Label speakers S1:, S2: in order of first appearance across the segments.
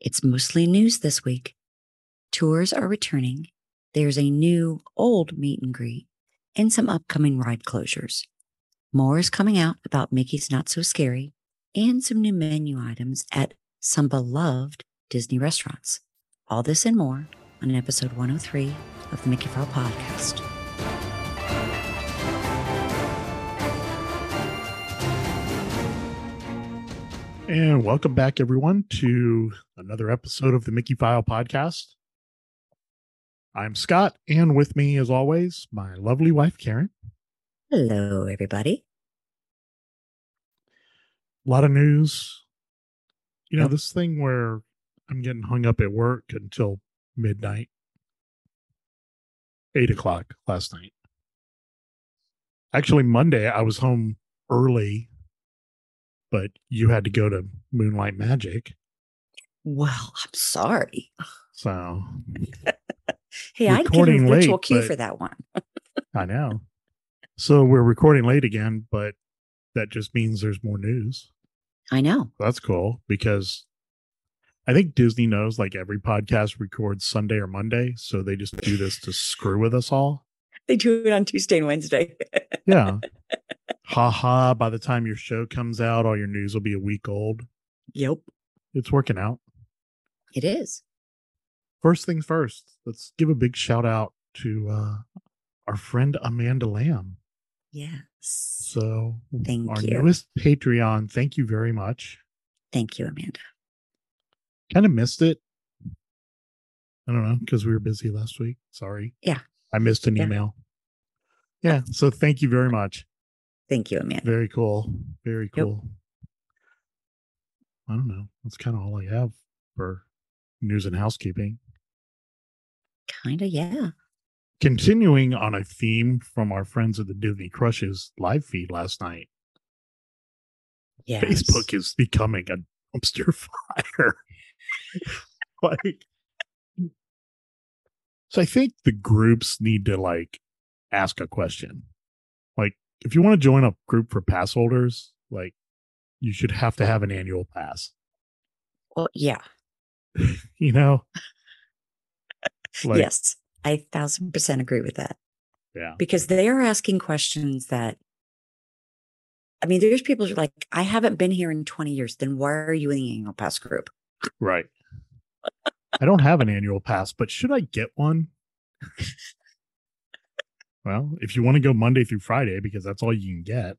S1: It's mostly news this week. Tours are returning. There's a new old meet and greet and some upcoming ride closures. More is coming out about Mickey's Not So Scary and some new menu items at some beloved Disney restaurants. All this and more on episode 103 of the Mickey File Podcast.
S2: And welcome back, everyone, to another episode of the Mickey File Podcast. I'm Scott, and with me, as always, my lovely wife, Karen.
S1: Hello, everybody.
S2: A lot of news. You know,
S1: Yep.
S2: this thing where I'm getting hung up at work until midnight, eight o'clock last night. Actually, Monday, I was home early, but you had to go to Moonlight Magic.
S1: Well, I'm sorry.
S2: So
S1: Hey, I'd give
S2: Recording
S1: a virtual
S2: late,
S1: cue
S2: but-
S1: for that one.
S2: I know. So we're recording late again, but that just means there's more news.
S1: I know.
S2: That's cool because I think Disney knows like every podcast records Sunday or Monday. So they just do this to screw with us all.
S1: They do it on Tuesday and Wednesday.
S2: Yeah. ha ha. By the time your show comes out, all your news will be a week old.
S1: yep,
S2: It's working out.
S1: it is.
S2: First things first, let's give a big shout out to uh, our friend Amanda Lamb.
S1: Yes.
S2: So,
S1: Thank
S2: our
S1: you.
S2: newest Patreon, thank you very much.
S1: Thank you, Amanda.
S2: kind of missed it. I don't know because we were busy last week. Sorry.
S1: Yeah.
S2: I missed an
S1: Yeah.
S2: email. Yeah. So thank you very much.
S1: Thank you, Amanda.
S2: Very cool. Very
S1: Yep.
S2: cool. I don't know. That's kind of all I have for news and housekeeping.
S1: Kinda, yeah.
S2: Continuing on a theme from our friends at the Disney Crushes live feed last night,
S1: Yes.
S2: Facebook is becoming a dumpster fire. like, so I think the groups need to like ask a question. Like, if you want to join a group for pass holders, like you should have to have an annual pass.
S1: Well, yeah.
S2: You know, like
S1: yes. I thousand percent agree with that
S2: yeah,
S1: because they are asking questions that, I mean, there's people who are like, I haven't been here in 20 years. Then why are you in the annual pass group?
S2: right. I don't have an annual pass, but should I get one? well, if you want to go Monday through Friday, because that's all you can get.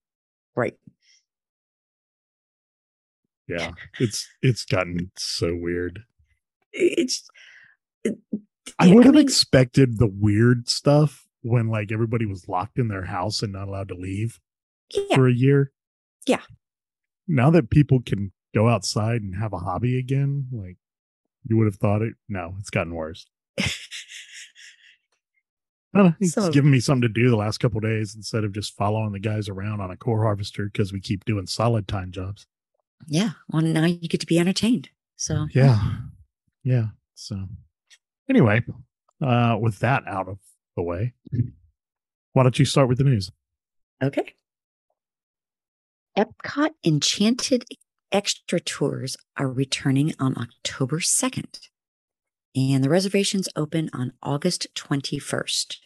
S1: Right.
S2: Yeah, it's it's gotten so weird.
S1: It's, it-
S2: I
S1: yeah,
S2: would have
S1: mean,
S2: expected the weird stuff when like everybody was locked in their house and not allowed to leave
S1: yeah.
S2: for a year.
S1: Yeah.
S2: Now that people can go outside and have a hobby again, like you would have thought it. No, it's gotten worse. I don't know, It's
S1: So-
S2: given me something to do the last couple days instead of just following the guys around on a core harvester because we keep doing solid time jobs.
S1: Yeah. Well, now you get to be entertained. So,
S2: yeah yeah so anyway uh with that out of the way why don't you start with the news
S1: Okay. Epcot Enchanted Extra Tours are returning on October 2nd, and the reservations open on August 21st.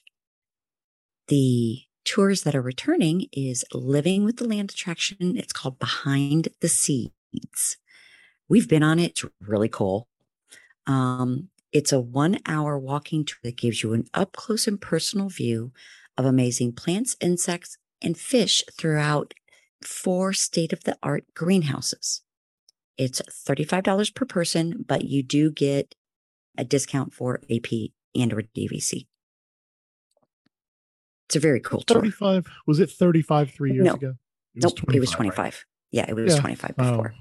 S1: The tours that are returning is Living with the Land attraction. It's called Behind the Seeds. We've been on it. It's really cool. Um, it's a one hour walking tour that gives you an up close and personal view of amazing plants, insects, and fish throughout four state of the art greenhouses. It's $35 per person, but you do get a discount for AP and or DVC. It's a very cool tour.
S2: 35 was it 35 three years
S1: No.
S2: ago it
S1: nope, it was 25.
S2: right?
S1: Yeah, it was
S2: Yeah,
S1: 25
S2: Oh.
S1: before.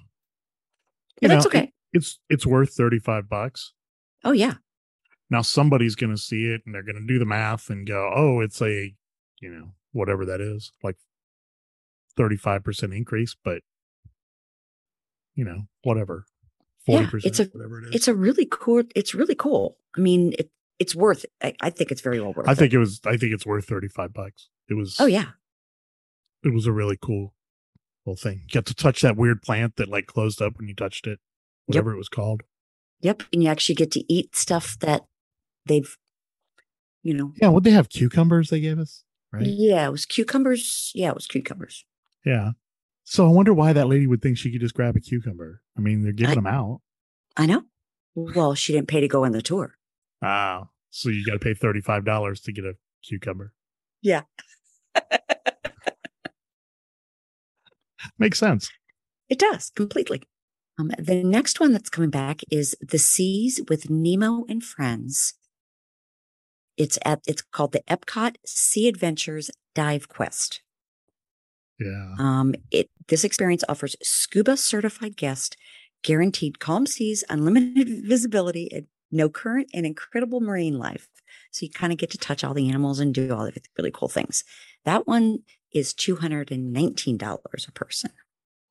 S1: But
S2: You
S1: that's
S2: know,
S1: okay.
S2: it- it's it's worth 35 bucks
S1: oh, yeah.
S2: now somebody's gonna see it and they're gonna do the math and go oh it's a you know whatever that is like 35% increase but you know whatever 40%
S1: Yeah, it's a-
S2: whatever it is
S1: It's a really cool. It's really cool. I mean, it, it's worth I, I think it's very well worth
S2: I
S1: it.
S2: think it was. I think it's worth thirty five bucks. It was.
S1: Oh, yeah.
S2: It was a really cool little thing. You got to touch that weird plant that like closed up when you touched it, whatever it was called.
S1: Yep. And you actually get to eat stuff that they've, you know,
S2: Yeah, would they have cucumbers they gave us? Right.
S1: yeah, it was cucumbers. Yeah, it was cucumbers.
S2: Yeah. So I wonder why that lady would think she could just grab a cucumber. I mean, they're giving
S1: I-
S2: them out.
S1: I know. Well, she didn't pay to go on the tour.
S2: Wow. So you got to pay thirty five dollars to get a cucumber.
S1: Yeah.
S2: Makes sense.
S1: It does completely. Um, the next one that's coming back is The Seas with Nemo and Friends. It's at it's called the Epcot Sea Adventures Dive Quest.
S2: Yeah.
S1: Um, it this experience offers scuba certified guests guaranteed calm seas, unlimited visibility, and no current, and incredible marine life. So you kind of get to touch all the animals and do all the really cool things. That one is two hundred and nineteen dollars a person.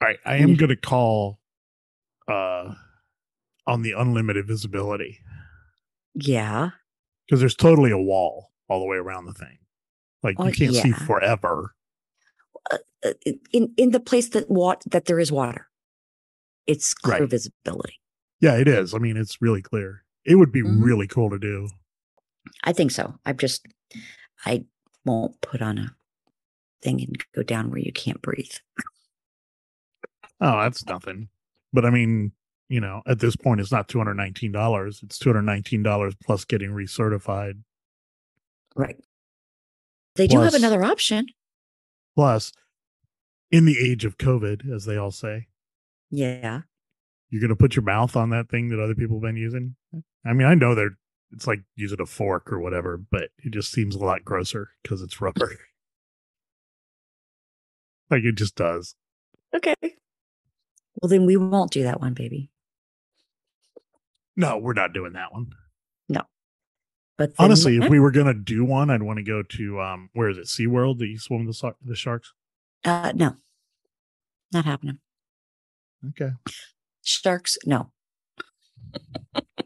S2: All right. I
S1: And
S2: am
S1: if-
S2: going to call uh on the unlimited visibility
S1: Yeah,
S2: because there's totally a wall all the way around the thing. Like
S1: Oh,
S2: you can't see
S1: yeah.
S2: forever.
S1: Uh, in in the place that wat- that there is water, it's clear
S2: Right.
S1: visibility.
S2: Yeah, it is. I mean, it's really clear. It would be
S1: Mhm.
S2: really cool to do.
S1: I think so. I'm just I won't put on a thing and go down where you can't breathe.
S2: Oh, that's nothing. But I mean, you know, at this point, it's not two hundred nineteen dollars. It's two hundred nineteen dollars plus getting recertified.
S1: Right. They do have
S2: Plus-
S1: another option.
S2: Plus, in the age of COVID, as they all say,
S1: Yeah.
S2: you're going to put your mouth on that thing that other people have been using. I mean, I know they're it's like using a fork or whatever, but it just seems a lot grosser because it's rubber. like it just does.
S1: Okay. Well, then we won't do that one, baby.
S2: No, we're not doing that one.
S1: But the
S2: Honestly, if
S1: next-
S2: we were going to do one, I'd want to go to um, where is it? SeaWorld, the swim with the, sar- the sharks.
S1: uh, no, not happening.
S2: Okay.
S1: Sharks, no.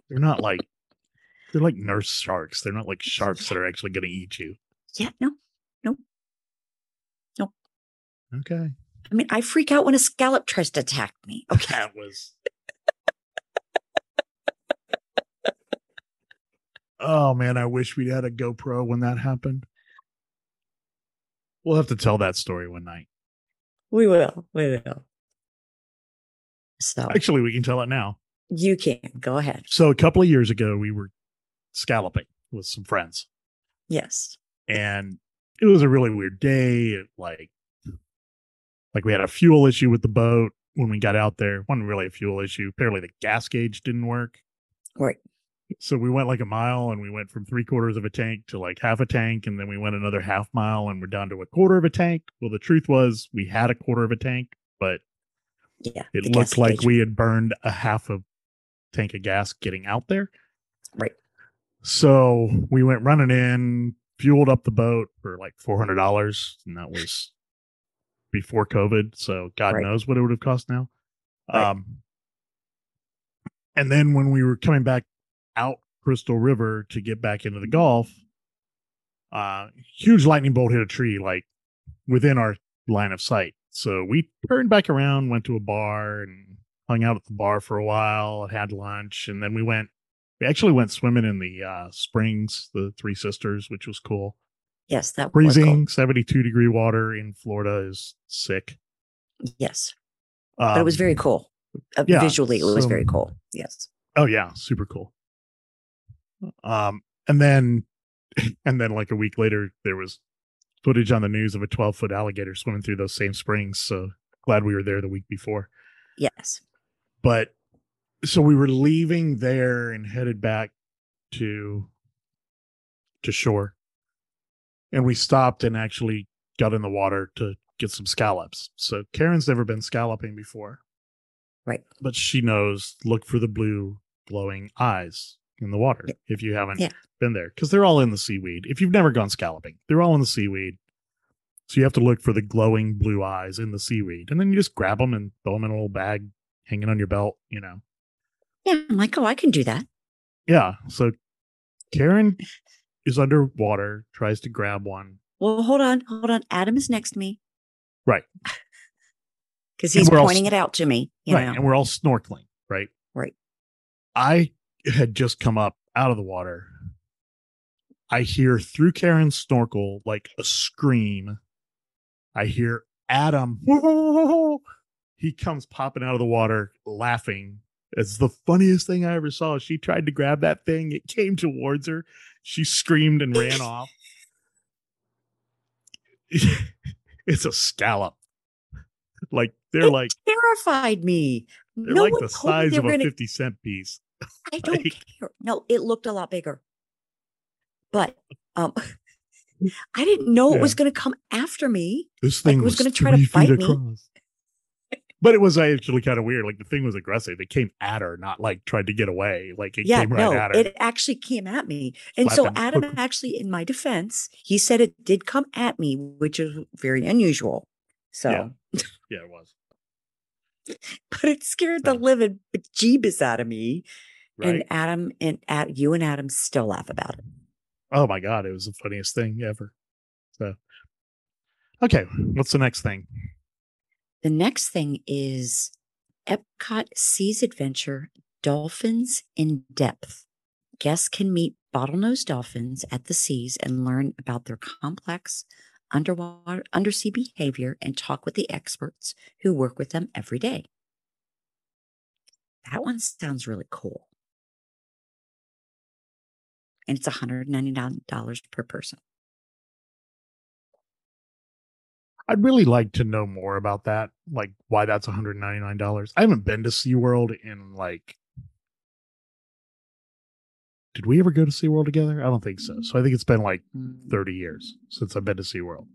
S2: They're not like they're like nurse sharks. They're not like sharks that are actually going to eat you.
S1: Yeah, no.
S2: Okay.
S1: I mean, I freak out when a scallop tries to attack me. Okay.
S2: That was Oh man, I wish we'd had a GoPro when that happened. We'll have to tell that story one night.
S1: We will. We will. So
S2: Actually, we can tell it now.
S1: you can go ahead.
S2: So a couple of years ago, we were scalloping with some friends.
S1: Yes.
S2: and it was a really weird day. It, like, like we had a fuel issue with the boat when we got out there. wasn't really a fuel issue. Apparently, the gas gauge didn't work,
S1: Right.
S2: so we went like a mile, and we went from three quarters of a tank to like half a tank, and then we went another half mile, and we're down to a quarter of a tank. Well, the truth was, we had a quarter of a tank, but
S1: Yeah.
S2: it
S1: the
S2: looked
S1: gas
S2: like
S1: gauge.
S2: we had burned a half a tank of gas getting out there.
S1: Right.
S2: So we went running in, fueled up the boat for like four hundred dollars, and that was before COVID. So God
S1: Right.
S2: knows what it would have cost now.
S1: Right.
S2: Um, and then when we were coming back out Crystal River to get back into the Gulf, uh, huge lightning bolt hit a tree like within our line of sight. So we turned back around, went to a bar and hung out at the bar for a while, had lunch, and then we went we actually went swimming in the uh springs, the three sisters, which was cool.
S1: Yes, that was cool.
S2: Freezing, 72 degree water in Florida is sick.
S1: Yes,
S2: Um,
S1: but it was very cool. Uh,
S2: yeah,
S1: Visually, it was
S2: so-
S1: very cool. Yes.
S2: Oh yeah, super cool. Um, and then, and then like a week later, there was footage on the news of a 12 foot alligator swimming through those same springs. So glad we were there the week before.
S1: Yes.
S2: But so we were leaving there and headed back to to shore, and we stopped and actually got in the water to get some scallops. So Karen's never been scalloping before,
S1: Right.
S2: but she knows look for the blue glowing eyes in the water
S1: Yeah.
S2: if you haven't
S1: Yeah.
S2: been there because they're all in the seaweed if you've never gone scalloping they're all in the seaweed so you have to look for the glowing blue eyes in the seaweed and then you just grab them and throw them in a little bag hanging on your belt you know
S1: Yeah. I'm like, oh, I can do that.
S2: yeah so karen is underwater tries to grab one
S1: Well, hold on, hold on. Adam is next to me.
S2: Right.
S1: Because
S2: And
S1: he's
S2: we're all
S1: pointing
S2: s-
S1: it out to me. You
S2: right
S1: know.
S2: and we're all snorkeling right
S1: Right.
S2: I had just come up out of the water. I hear through Karen's snorkel like a scream. I hear Adam. he comes popping out of the water laughing. It's the funniest thing I ever saw. She tried to grab that thing, it came towards her. She screamed and ran off. it's a scallop. Like they're
S1: It
S2: like
S1: terrified me.
S2: they're
S1: no
S2: like
S1: one
S2: the
S1: told me
S2: size
S1: they
S2: of
S1: were
S2: a
S1: gonna-
S2: 50 cent piece.
S1: I don't
S2: like-
S1: care. No, it looked a lot bigger. But um I didn't know
S2: Yeah.
S1: it was going to come after me.
S2: This
S1: Like,
S2: thing
S1: it was
S2: was,
S1: gonna try
S2: three
S1: to
S2: feet
S1: bite me.
S2: across. but it was actually kind of weird. Like the thing was aggressive. It came at her, not like tried to get away. Like it
S1: yeah,
S2: came right
S1: no,
S2: at her.
S1: it actually came at me. And so
S2: Flapping.
S1: Adam actually, in my defense, he said it did come at me, which is very unusual. So,
S2: Yeah. yeah, it was.
S1: but it scared the
S2: Yeah.
S1: living bejeebus out of me.
S2: Right.
S1: And Adam and at you and Adam still laugh about it.
S2: oh my god, it was the funniest thing ever. So Okay, what's the next thing?
S1: The next thing is Epcot Seas Adventure Dolphins in Depth. Guests can meet bottlenose dolphins at the seas and learn about their complex underwater undersea behavior and talk with the experts who work with them every day. That one sounds really cool. And it's $199 per person.
S2: I'd really like to know more about that, like why that's $199. I haven't been to SeaWorld in like Did we ever go to SeaWorld together? I don't think so. So I think it's been like 30 years since I've been to SeaWorld.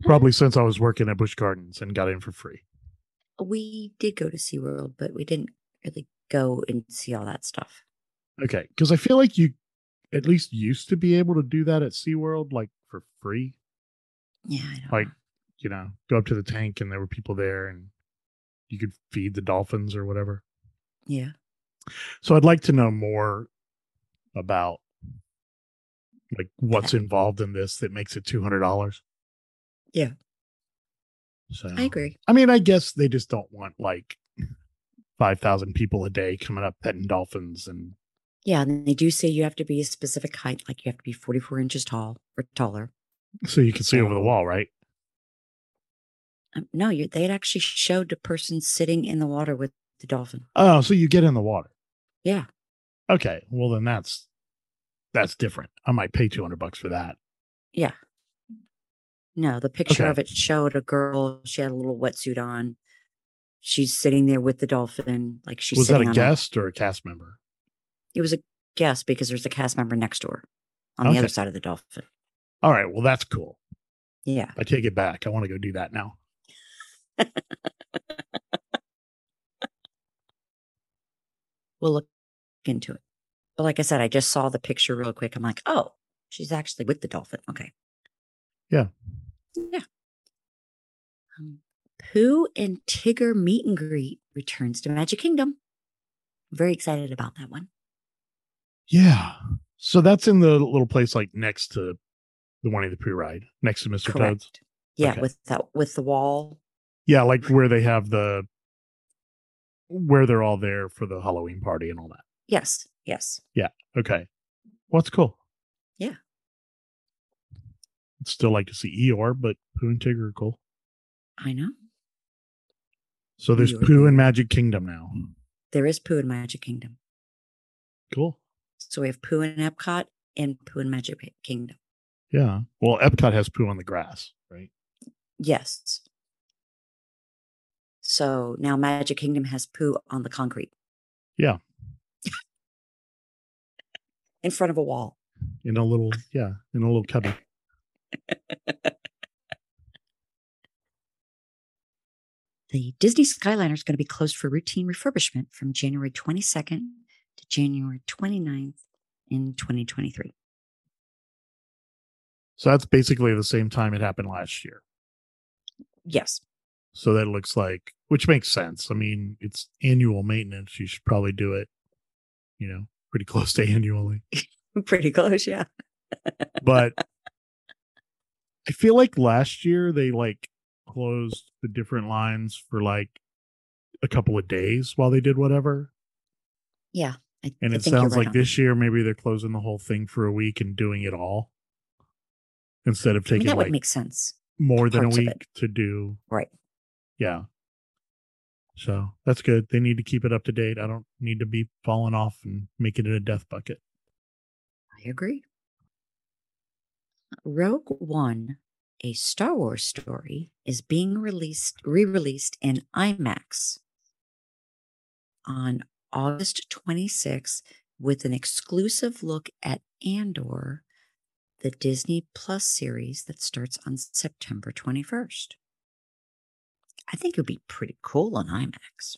S1: Hmm.
S2: Probably since I was working at Busch Gardens and got in for free.
S1: We did go to SeaWorld, but we didn't really go and see all that stuff.
S2: Okay. Because I feel like you at least used to be able to do that at SeaWorld, like for free.
S1: Yeah, I don't
S2: Like,
S1: know.
S2: you know, go up to the tank and there were people there and you could feed the dolphins or whatever.
S1: Yeah.
S2: So I'd like to know more about like what's involved in this that makes it two hundred dollars.
S1: Yeah.
S2: So
S1: I agree.
S2: I mean, I guess they just don't want like five thousand people a day coming up petting dolphins and
S1: Yeah, and they do say you have to be a specific height, like you have to be 44 inches tall or taller.
S2: so you can see over the wall, right?
S1: Um, no, you, they had actually showed the person sitting in the water with the dolphin.
S2: Oh, so you get in the water.
S1: Yeah.
S2: Okay. Well then that's that's different. I might pay two hundred bucks for that.
S1: No, the picture
S2: Okay.
S1: of it showed a girl. She had a little wetsuit on. She's sitting there with the dolphin, like she's
S2: Was that
S1: sitting
S2: a
S1: on
S2: guest or a cast member?
S1: it was a guess because there's a cast member next to her on the other
S2: Okay.
S1: side of the dolphin.
S2: All right, well that's cool.
S1: Yeah.
S2: I take it back. I want to go do that now.
S1: we'll look into it. But like I said, I just saw the picture real quick. I'm like, oh, she's actually with the dolphin. Okay.
S2: Yeah.
S1: Yeah. Um, Pooh and Tigger meet and greet returns to Magic Kingdom. Very excited about that one.
S2: Yeah. So that's in the little place like next to the Winnie the Pooh ride, next to Mr. Toad's.
S1: Correct. Yeah,
S2: Okay.
S1: with that with the wall.
S2: Yeah, like where they have the where they're all there for the Halloween party and all that.
S1: Yes. Yes.
S2: Okay. What's cool?
S1: Yeah.
S2: I'd still like to see Eeyore, but Pooh and Tigger are cool.
S1: I know.
S2: So there's
S1: Eeyore.
S2: Pooh and Magic Kingdom now.
S1: There is Pooh in Magic Kingdom.
S2: Cool.
S1: So we have Pooh in Epcot and Pooh in Magic Pi- Kingdom.
S2: Yeah. Well, Epcot has Pooh on the grass, right?
S1: Yes. So now Magic Kingdom has poo on the concrete.
S2: Yeah.
S1: In front of a wall.
S2: In a little, yeah, in a little cubby.
S1: The Disney Skyliner is going to be closed for routine refurbishment from January 22nd to January 29th in 2023.
S2: So that's basically the same time it happened last year.
S1: Yes.
S2: So that looks like, which makes sense. I mean, it's annual maintenance. You should probably do it, you know, pretty close to annually.
S1: Pretty close. Yeah.
S2: But I feel like last year they like closed the different lines for like a couple of days while they did whatever.
S1: Yeah. I,
S2: And
S1: I
S2: it
S1: think you're
S2: sounds
S1: right
S2: like
S1: on
S2: this year maybe they're closing the whole thing for a week and doing it all instead of
S1: that. I mean,
S2: taking
S1: that would
S2: like
S1: make sense.
S2: more than a
S1: parts of
S2: week to do.
S1: Right.
S2: Yeah. So that's good. They need to keep it up to date. I don't need to be falling off and making it a death bucket.
S1: I agree. Rogue One, a Star Wars story, is being released, re released in IMAX on August 26th with an exclusive look at Andor, the Disney Plus series that starts on September 21st. I think it would be pretty cool on IMAX.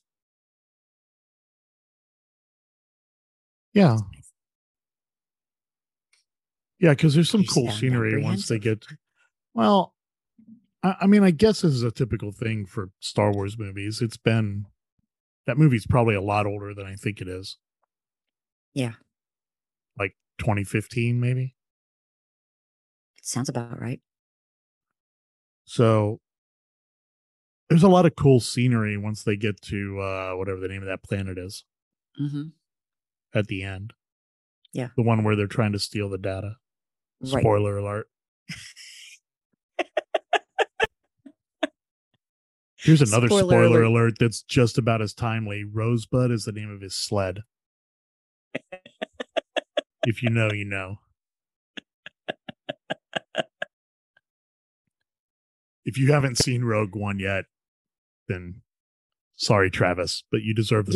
S2: Yeah. Yeah, because there's some
S1: You
S2: cool
S1: sound
S2: scenery once they get. Well, I, I mean, I guess this is a typical thing for Star Wars movies. It's been that movie's probably a lot older than I think it is.
S1: Yeah.
S2: Like 2015, maybe.
S1: Sounds about right.
S2: So there's a lot of cool scenery once they get to uh, whatever the name of that planet is
S1: Mm-hmm.
S2: at the end.
S1: Yeah.
S2: The one where they're trying to steal the data.
S1: Right.
S2: Spoiler alert. Here's another
S1: Spoiler
S2: spoiler,
S1: alert.
S2: alert. that's just about as timely. Rosebud is the name of his sled. if you know, you know. If you haven't seen Rogue One yet, then sorry, Travis, but you deserve the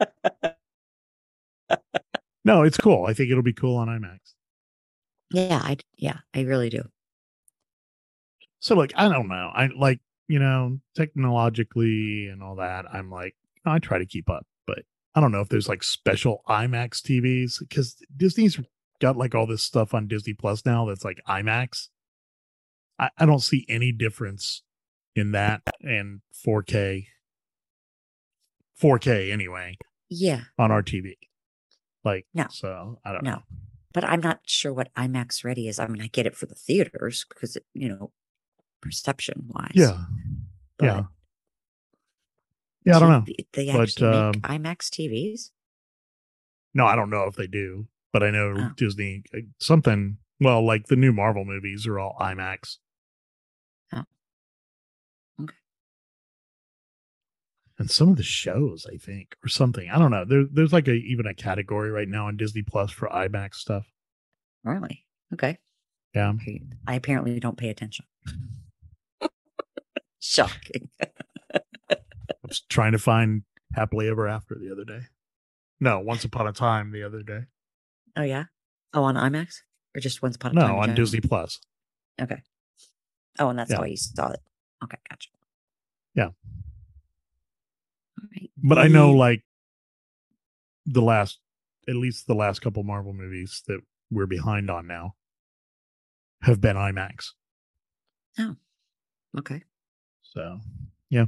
S1: Yeah.
S2: spoiler. no, it's cool. I think it'll be cool on IMAX.
S1: Yeah, I d- yeah, I really do.
S2: So like I don't know. I like, you know, technologically and all that, I'm like, I try to keep up, but I don't know if there's like special IMAX TVs because Disney's got like all this stuff on Disney Plus now that's like IMAX. I, I don't see any difference in that and 4K. 4K anyway
S1: Yeah,
S2: on our TV. Like
S1: No.
S2: so I don't
S1: No.
S2: know.
S1: but I'm not sure what IMAX ready is. I mean, I get it for the theaters because it, you know, perception wise.
S2: Yeah. yeah. Yeah, I don't know.
S1: They
S2: But,
S1: actually
S2: um,
S1: make IMAX TVs.
S2: No, I don't know if they do, but I know
S1: Oh.
S2: Disney uh, something. Well, like the new Marvel movies are all IMAX.
S1: Oh. Okay.
S2: And some of the shows, I think, or something. I don't know. There, there's like a even a category right now on Disney Plus for IMAX stuff.
S1: Really? Okay.
S2: Yeah.
S1: I apparently don't pay attention. Shocking.
S2: I was trying to find Happily Ever After the other day. No, Once Upon a Time the other day.
S1: Oh yeah. Oh, on IMAX or just once upon a
S2: No,
S1: time? in
S2: on
S1: general?
S2: Disney Plus.
S1: Okay. Oh, and that's
S2: Yeah.
S1: how you saw it. Okay, gotcha.
S2: Yeah.
S1: All right.
S2: but I know
S1: the-
S2: like the last, at least the last couple Marvel movies that we're behind on now have been IMAX.
S1: Okay.
S2: So yeah,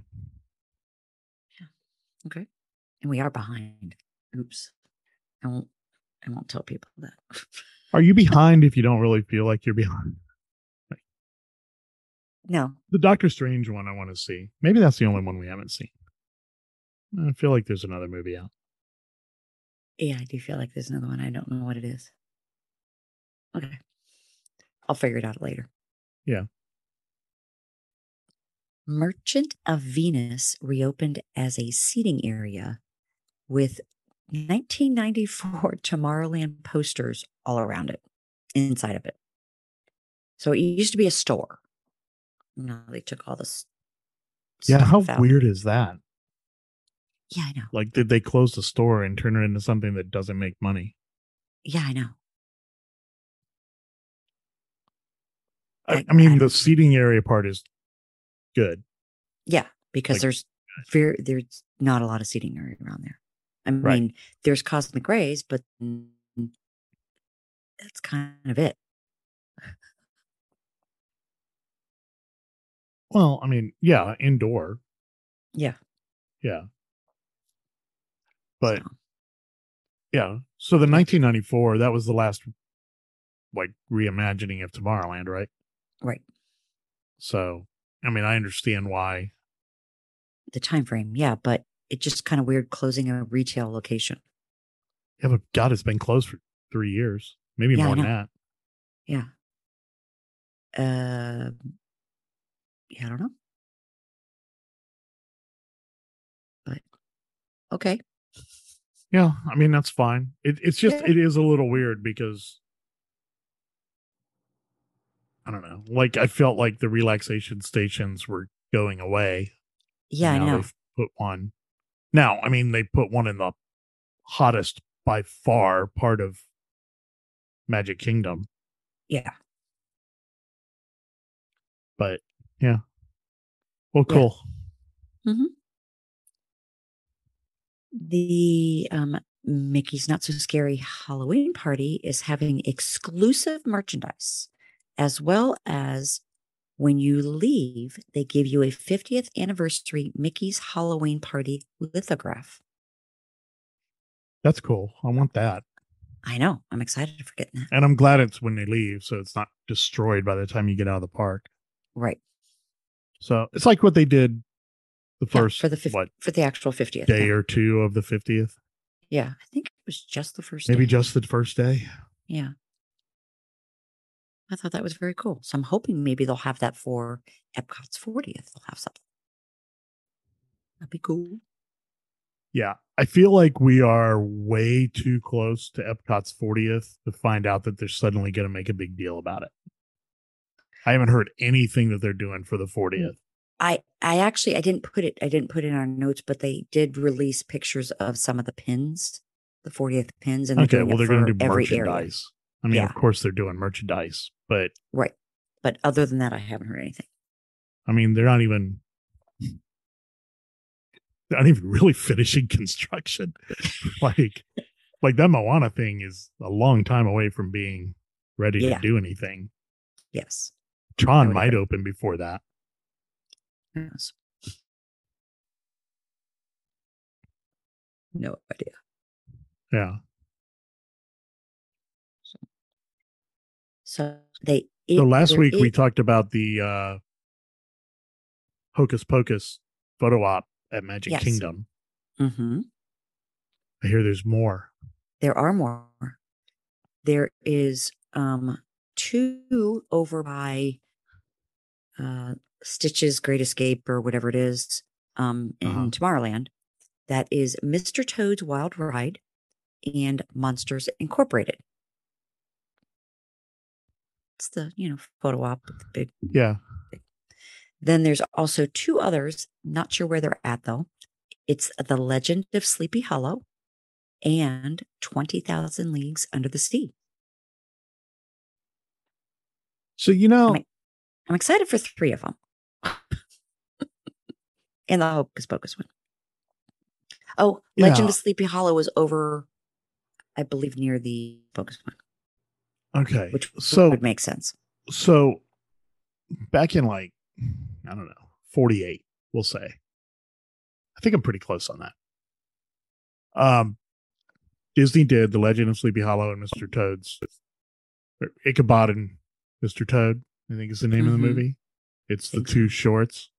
S1: Okay. And we are behind. Oops. I won't I won't tell people that.
S2: are you behind if you don't really feel like you're behind?
S1: no.
S2: The Doctor Strange one I want to see. Maybe that's the only one we haven't seen. I feel like there's another movie out.
S1: Yeah, I do feel like there's another one. I don't know what it is. Okay. I'll figure it out later.
S2: Yeah.
S1: Merchant of Venus reopened as a seating area with 1994 Tomorrowland posters all around it, inside of it. So it used to be a store. Now they took all this.
S2: Yeah, how
S1: stuff out.
S2: weird is that?
S1: Yeah, I know.
S2: Like, did they close the store and turn it into something that doesn't make money?
S1: Yeah, I know.
S2: I,
S1: I-
S2: I mean,
S1: I-
S2: the seating area part is good.
S1: Yeah, because
S2: Like-
S1: there's very there's not a lot of seating area around there. I mean,
S2: Right.
S1: there's cosmic rays, but mm, that's kind of it.
S2: Well, I mean, yeah, indoor,
S1: Yeah,
S2: yeah, but
S1: so,
S2: Yeah. So the 1994, that was the last like reimagining of Tomorrowland, right?
S1: right,
S2: So, I mean, I understand why.
S1: the time frame, yeah, but it's just kind of weird closing a retail location.
S2: Yeah, but God, it's been closed for three years, maybe
S1: Yeah, I
S2: more than
S1: know.
S2: that.
S1: Yeah. Uh, yeah, I don't know. But okay.
S2: Yeah, I mean that's fine. It, it's just
S1: Yeah.
S2: it is a little weird because I don't know. Like I felt like the relaxation stations were going away. and
S1: Yeah, I
S2: now
S1: know.
S2: They've put one. Now, I mean, they put one in the hottest by far part of Magic Kingdom,
S1: Yeah.
S2: but yeah. Well,
S1: Yeah.
S2: cool.
S1: The um, Mickey's Not So Scary Halloween Party is having exclusive merchandise, as well as when you leave, they give you a 50th anniversary Mickey's Halloween Party lithograph.
S2: That's cool. I want that.
S1: I know. I'm excited for getting that.
S2: And I'm glad it's when they leave, so it's not destroyed by the time you get out of the park.
S1: Right.
S2: So it's like what they did the
S1: Yeah,
S2: first
S1: for the fif-
S2: what
S1: for the actual 50th.
S2: day
S1: yeah.
S2: or two of the fiftieth,
S1: yeah. I think it was just the first
S2: maybe
S1: day.
S2: just the first day.
S1: Yeah. I thought that was very cool. So I'm hoping maybe they'll have that for Epcot's 40th. They'll have something. That'd be cool.
S2: Yeah, I feel like we are way too close to Epcot's fortieth to find out that they're suddenly going to make a big deal about it. I haven't heard anything that they're doing for the
S1: Mm,
S2: fortieth.
S1: I I actually I didn't put it I didn't put it in our notes, but they did release pictures of some of the pins, the 40th pins, and they're
S2: Okay,
S1: doing
S2: well
S1: it
S2: they're going
S1: for
S2: to do
S1: every
S2: merchandise.
S1: area.
S2: I mean,
S1: Yeah.
S2: of course they're doing merchandise, but
S1: Right. But other than that, I haven't heard anything.
S2: I mean they're not even they're not even really finishing construction. like like that Moana thing is a long time away from being ready
S1: Yeah.
S2: to do anything.
S1: Yes. I
S2: Tron
S1: would
S2: might open before that.
S1: Who knows? No idea.
S2: Yeah.
S1: So they it-
S2: So last
S1: there
S2: week we
S1: is-
S2: talked about the uh Hocus Pocus photo op at Magic
S1: Yes.
S2: Kingdom.
S1: Mhm.
S2: I hear there's more.
S1: There are more. There is um two over by uh Stitch's Great Escape or whatever it is um in
S2: Uh-huh.
S1: Tomorrowland. That is Mr. Toad's Wild Ride and Monsters Incorporated. It's the, you know, photo op with the big
S2: Yeah.
S1: then there's also two others, not sure where they're at though. It's The Legend of Sleepy Hollow and 20,000 Leagues Under the Sea.
S2: So you know
S1: Right. I'm excited for three of them. and the Hocus Pocus one. Oh, Legend
S2: Yeah.
S1: of Sleepy Hollow is over, I believe, near the Focus one,
S2: okay.
S1: which
S2: so
S1: would make sense.
S2: so back in like I don't know, 48, we'll say. I think I'm pretty close on that. Um Disney did The Legend of Sleepy Hollow and Mr. Toad's or Ichabod and Mr. Toad, I think is the name of the
S1: Mhm.
S2: movie. It's the
S1: Think so.
S2: two shorts.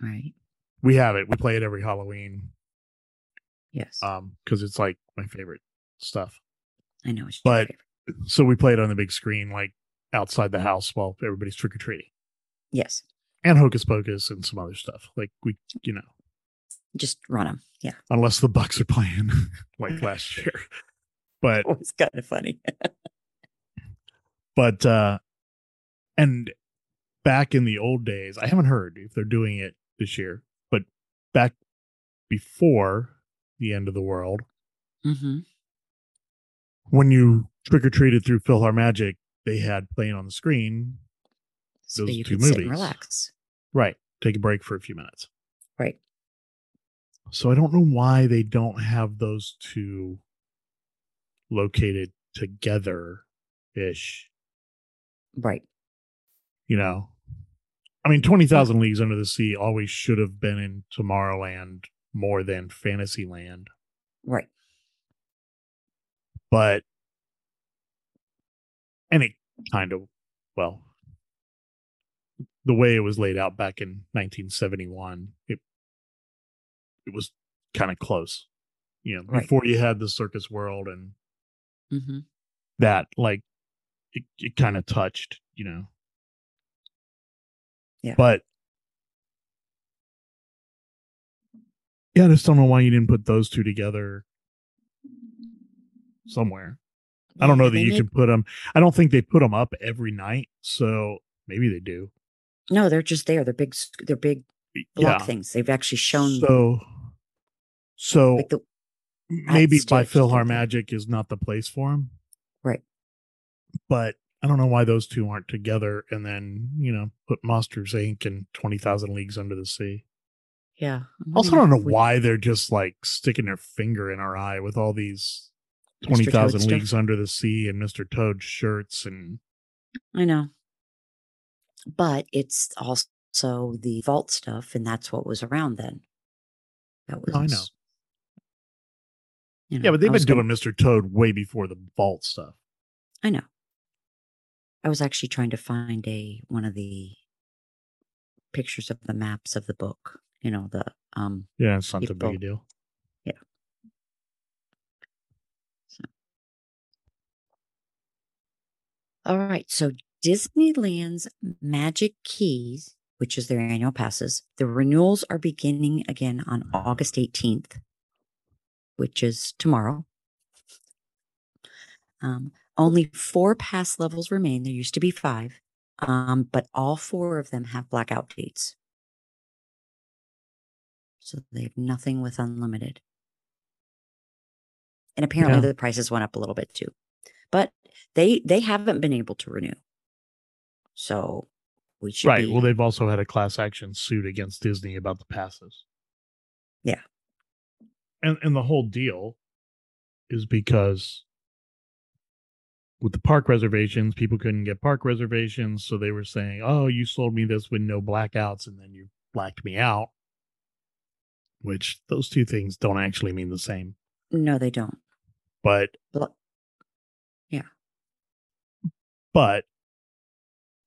S1: Right.
S2: We have it. We play it every Halloween
S1: Yes.
S2: um cuz it's like my favorite stuff.
S1: I know. It's your
S2: but-
S1: favorite.
S2: So we play it on the big screen like outside the house while everybody's trick or treating.
S1: Yes.
S2: And Hocus Pocus and some other stuff. Like we, you know,
S1: Just run them. Yeah.
S2: unless the Bucks are playing like last year. But
S1: It was kind of funny.
S2: but uh and back in the old days, I haven't heard if they're doing it this year, but back before the end of the world,
S1: mm-hmm.
S2: when you trick or treated through Philhar Magic, they had playing on the screen.
S1: So
S2: Those
S1: you
S2: two
S1: can sit and
S2: movies.
S1: relax.
S2: Right. Take a break for a few minutes.
S1: Right.
S2: So I don't know why they don't have those two located together ish.
S1: Right.
S2: you know i mean 20000 leagues under the sea always should have been in tomorrowland more than fantasyland
S1: Right.
S2: but and it kind of well the way it was laid out back in 1971 it it was kind of close. You know,
S1: Right.
S2: before you had the circus world and
S1: Mm-hmm.
S2: that, like it, it kind of touched, you know.
S1: Yeah.
S2: But yeah, I just don't know why you didn't put those two together somewhere. I don't know that you can put them. I don't think they put them up every night, so maybe they do.
S1: No, they're just there. They're big. s- They're big block
S2: yeah.
S1: things. They've actually shown
S2: so, so
S1: like the
S2: maybe by
S1: stage thing.
S2: PhilharMagic is not the place for him.
S1: Right.
S2: But I don't know why those two aren't together and then, you know, put Monsters Inc. and 20,000 Leagues Under the Sea.
S1: yeah. I'm
S2: Also,
S1: wondering
S2: I don't know
S1: if we-
S2: why they're just like sticking their finger in our eye with all these
S1: Mr. Toad
S2: 20,000
S1: stuff.
S2: Leagues Under the Sea and Mr. Toad shirts. And
S1: I know. But it's also the vault stuff, and that's what was around then. That was.
S2: I know.
S1: you
S2: yeah,
S1: know, I
S2: but they've been
S1: was gonna-
S2: doing Mr. Toad way before the vault stuff.
S1: I know. I was actually trying to find a one of the pictures of the maps of the book. You know the um.
S2: Yeah, it's not
S1: Yeah,
S2: that big a
S1: vault.
S2: deal.
S1: All right, so Disneyland's Magic Keys, which is their annual passes, the renewals are beginning again on August eighteenth, which is tomorrow. Um, only four pass levels remain. There used to be five, um, but all four of them have blackout dates. So they have nothing with unlimited. And apparently
S2: Yeah.
S1: the prices went up a little bit too. But they they haven't been able to renew. So we should
S2: Right.
S1: be-
S2: Well, they've also had a class action suit against Disney about the passes.
S1: Yeah.
S2: And and the whole deal is because with the park reservations, people couldn't get park reservations, so they were saying, "Oh, you sold me this with no blackouts and then you blacked me out." Which those two things don't actually mean the same,
S1: no, they don't.
S2: but
S1: Bla-
S2: but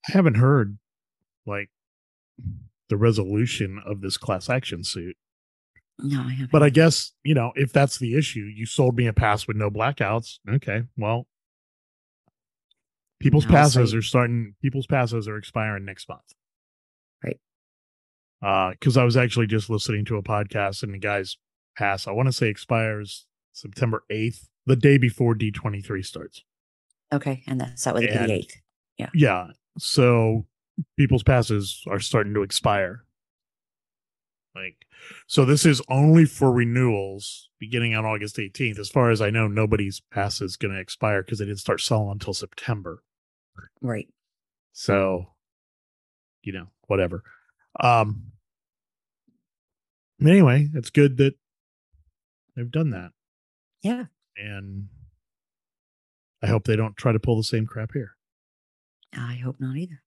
S2: I haven't heard like the resolution of this class action suit.
S1: No, I haven't.
S2: But I guess, you know, if that's the issue, you sold me a pass with no blackouts. Okay. Well, people's
S1: Now it's
S2: passes
S1: like-
S2: are starting, people's passes are expiring next month.
S1: Right.
S2: Because I was actually just listening to a podcast and the guy's pass, I want to say expires September 8th, the day before D23 starts.
S1: Okay, and that's that would be
S2: And-
S1: the eighth.
S2: Yeah. So people's passes are starting to expire. Like, so this is only for renewals beginning on August 18th. As far as I know, nobody's pass is going to expire because they didn't start selling until September.
S1: Right.
S2: So, you know, whatever. Um, anyway, it's good that they've done that.
S1: Yeah.
S2: And I hope they don't try to pull the same crap here.
S1: I hope not either.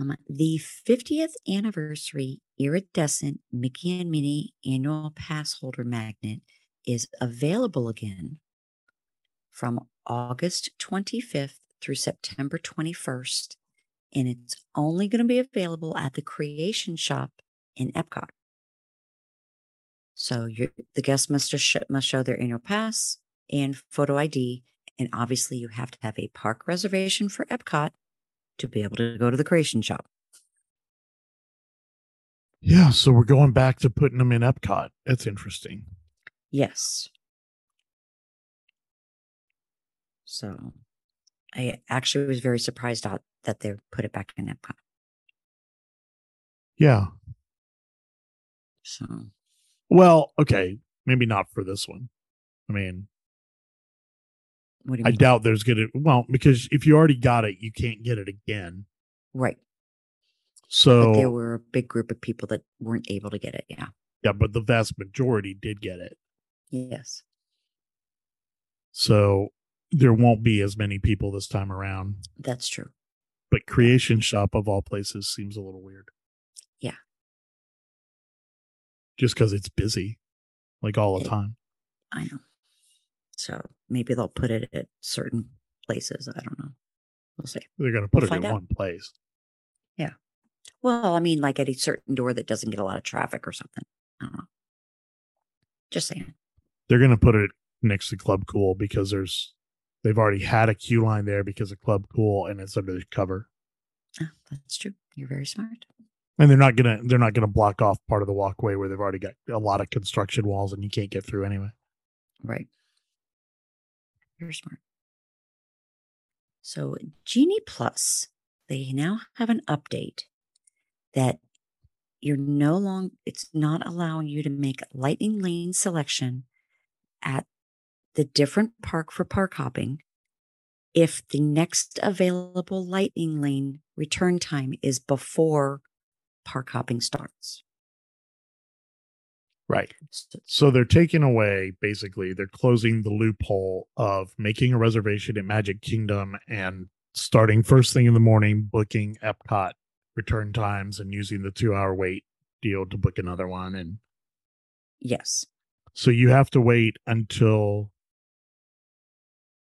S1: Um, the 50th anniversary iridescent Mickey and Minnie annual pass holder magnet is available again from August 25th through September 21st. And it's only going to be available at the Creation Shop in Epcot. So you the guests must, just sh- must show their annual pass and photo ID. And obviously, you have to have a park reservation for Epcot to be able to go to the creation shop.
S2: Yeah, so we're going back to putting them in Epcot. That's interesting.
S1: Yes. So I actually was very surprised out that they put it back in Epcot.
S2: Yeah.
S1: So
S2: Well, okay, maybe not for this one. I mean,
S1: what do you
S2: I
S1: mean?
S2: doubt there's gonna well because if you already got it, you can't get it again.
S1: right. but there
S2: So
S1: were a big group of people that weren't able to get it. Yeah.
S2: yeah, but the vast majority did get it.
S1: Yes.
S2: So there won't be as many people this time around.
S1: That's true.
S2: But Creation Shop of all places seems a little weird.
S1: Yeah.
S2: Just because it's busy, like all the
S1: It-
S2: time.
S1: I know. So maybe they'll put it at certain places. I don't know. We'll see.
S2: They're gonna put
S1: We'll
S2: it in
S1: find out.
S2: one place.
S1: Well, I mean, like at a certain door that doesn't get a lot of traffic or something. I don't know. Just saying.
S2: They're going to put it next to Club Cool because there's they've already had a queue line there because of Club Cool and it's under the cover.
S1: Oh, that's true. You're very smart.
S2: And they're not gonna they're not gonna block off part of the walkway where they've already got a lot of construction walls and you can't get through anyway.
S1: Right. You're smart. So, Genie Plus, they now have an update that you're no long it's not allowing you to make lightning lane selection at the different park for park hopping if the next available lightning lane return time is before park hopping starts.
S2: Right.
S1: So,
S2: So they're taking away basically they're closing the loophole of making a reservation at Magic Kingdom and starting first thing in the morning booking Epcot return times and using the 2-hour wait deal to book another one and
S1: yes.
S2: so you have to wait until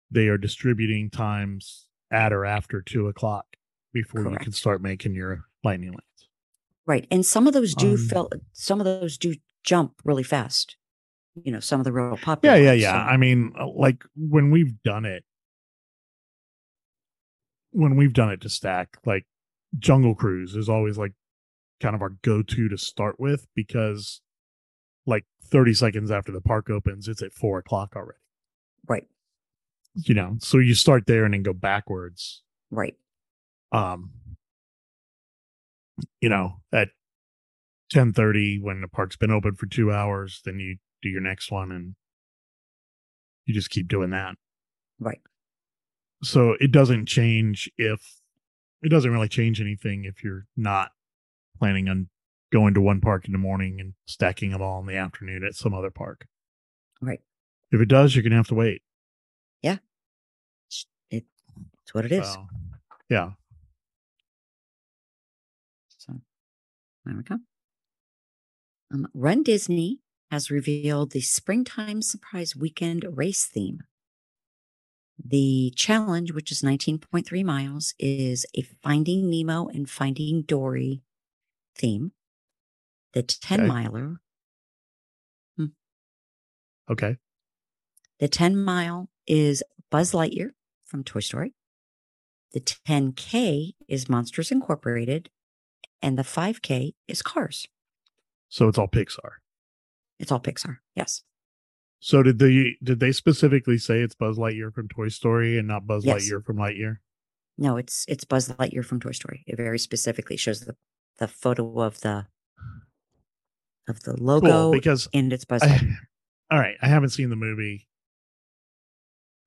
S2: they are distributing times at or after two o'clock before you can
S1: Correct.
S2: start making your lightning lanes.
S1: Right. And some of those do
S2: Um,
S1: fell some of those do jump really fast. You know, some of the real
S2: Yeah,
S1: popular
S2: yeah,
S1: ones,
S2: yeah.
S1: so-
S2: I mean, uh, like when we've done it, when we've done it to stack, like Jungle Cruise is always like kind of our go to to start with because like 30 seconds after the park opens, it's at four o'clock already,
S1: right,
S2: you know? So you start there and then go backwards
S1: right.
S2: um you know at 10:30 when the park's been open for 2 hours then you do your next one and you just keep doing that
S1: Right.
S2: so it doesn't change if it doesn't really change anything if you're not planning on going to one park in the morning and stacking them all in the afternoon at some other park
S1: Right.
S2: if it does you're going to have to wait
S1: That's what it is.
S2: So, yeah
S1: So there we go. Um, Run Disney has revealed the springtime surprise weekend race theme. The challenge, which is 19.3 miles, is a Finding Nemo and Finding Dory theme. The 10
S2: Okay.
S1: miler,
S2: okay
S1: the 10 mile is Buzz Lightyear from Toy Story. The 10K is Monsters Incorporated. And the 5K is Cars.
S2: so it's all pixar
S1: It's all Pixar. Yes.
S2: So did they did they specifically say it's Buzz Lightyear from Toy Story and not Buzz
S1: Yes.
S2: Lightyear from Lightyear?
S1: No, it's it's Buzz Lightyear from Toy Story. It very specifically shows the the photo of the of the
S2: Cool,
S1: logo
S2: because
S1: and it's Buzz
S2: I,
S1: Lightyear.
S2: all right, I haven't seen the movie.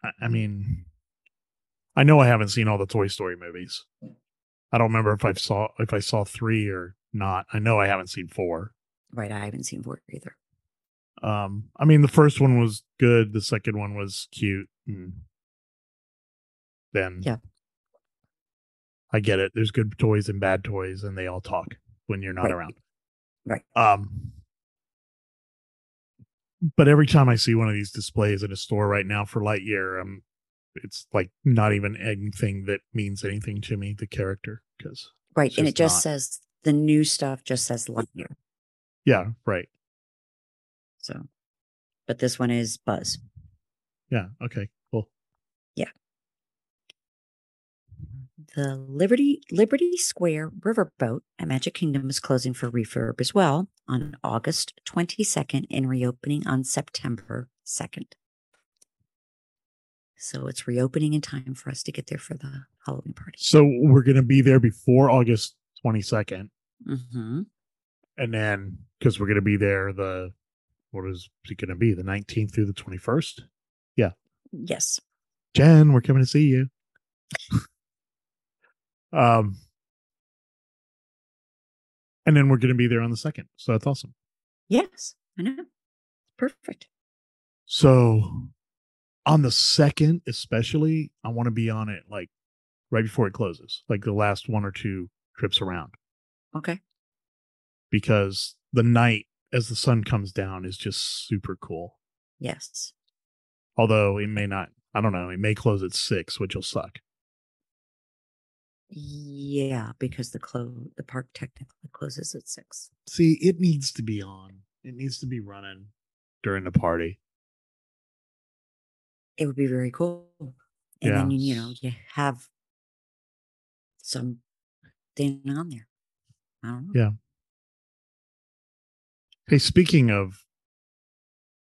S2: I, I mean, I know I haven't seen all the Toy Story movies. I don't remember if I saw if I saw three or not. I know I haven't seen four.
S1: Right, I haven't seen Vork either.
S2: Um, I mean, the first one was good. The second one was cute. And then
S1: Yeah.
S2: I get it. There's good toys and bad toys, and they all talk when you're not
S1: Right.
S2: around.
S1: Right.
S2: Um, but every time I see one of these displays in a store right now for Lightyear, um, it's like not even anything that means anything to me. The character, because
S1: Right,
S2: It's
S1: and
S2: just
S1: it just
S2: not-
S1: says the new stuff just says Lightyear.
S2: yeah, right,
S1: So, but this one is Buzz.
S2: yeah, okay, cool.
S1: The Liberty Liberty Square Riverboat at Magic Kingdom is closing for refurb as well on August 22nd and reopening on September 2nd. So it's reopening in time for us to get there for the Halloween party.
S2: So we're gonna be there before August twenty second.
S1: Mm-hmm.
S2: and then because we're going to be there the what is it going to be the 19th through the 21st
S1: Yes.
S2: jen we're coming to see you um and then we're going to be there on the second so that's awesome
S1: Yes. I know. Perfect.
S2: so on the second especially i want to be on it like right before it closes like the last one or two trips around
S1: Okay.
S2: because the night as the sun comes down is just super cool
S1: Yes.
S2: although it may not i don't know it may close at six which will suck
S1: Yeah, because the clo- the park technically closes at six.
S2: See, it needs to be on. It needs to be running during the party.
S1: It would be very cool. And then you, you know, you have something on there. I don't know.
S2: Yeah. Hey, speaking of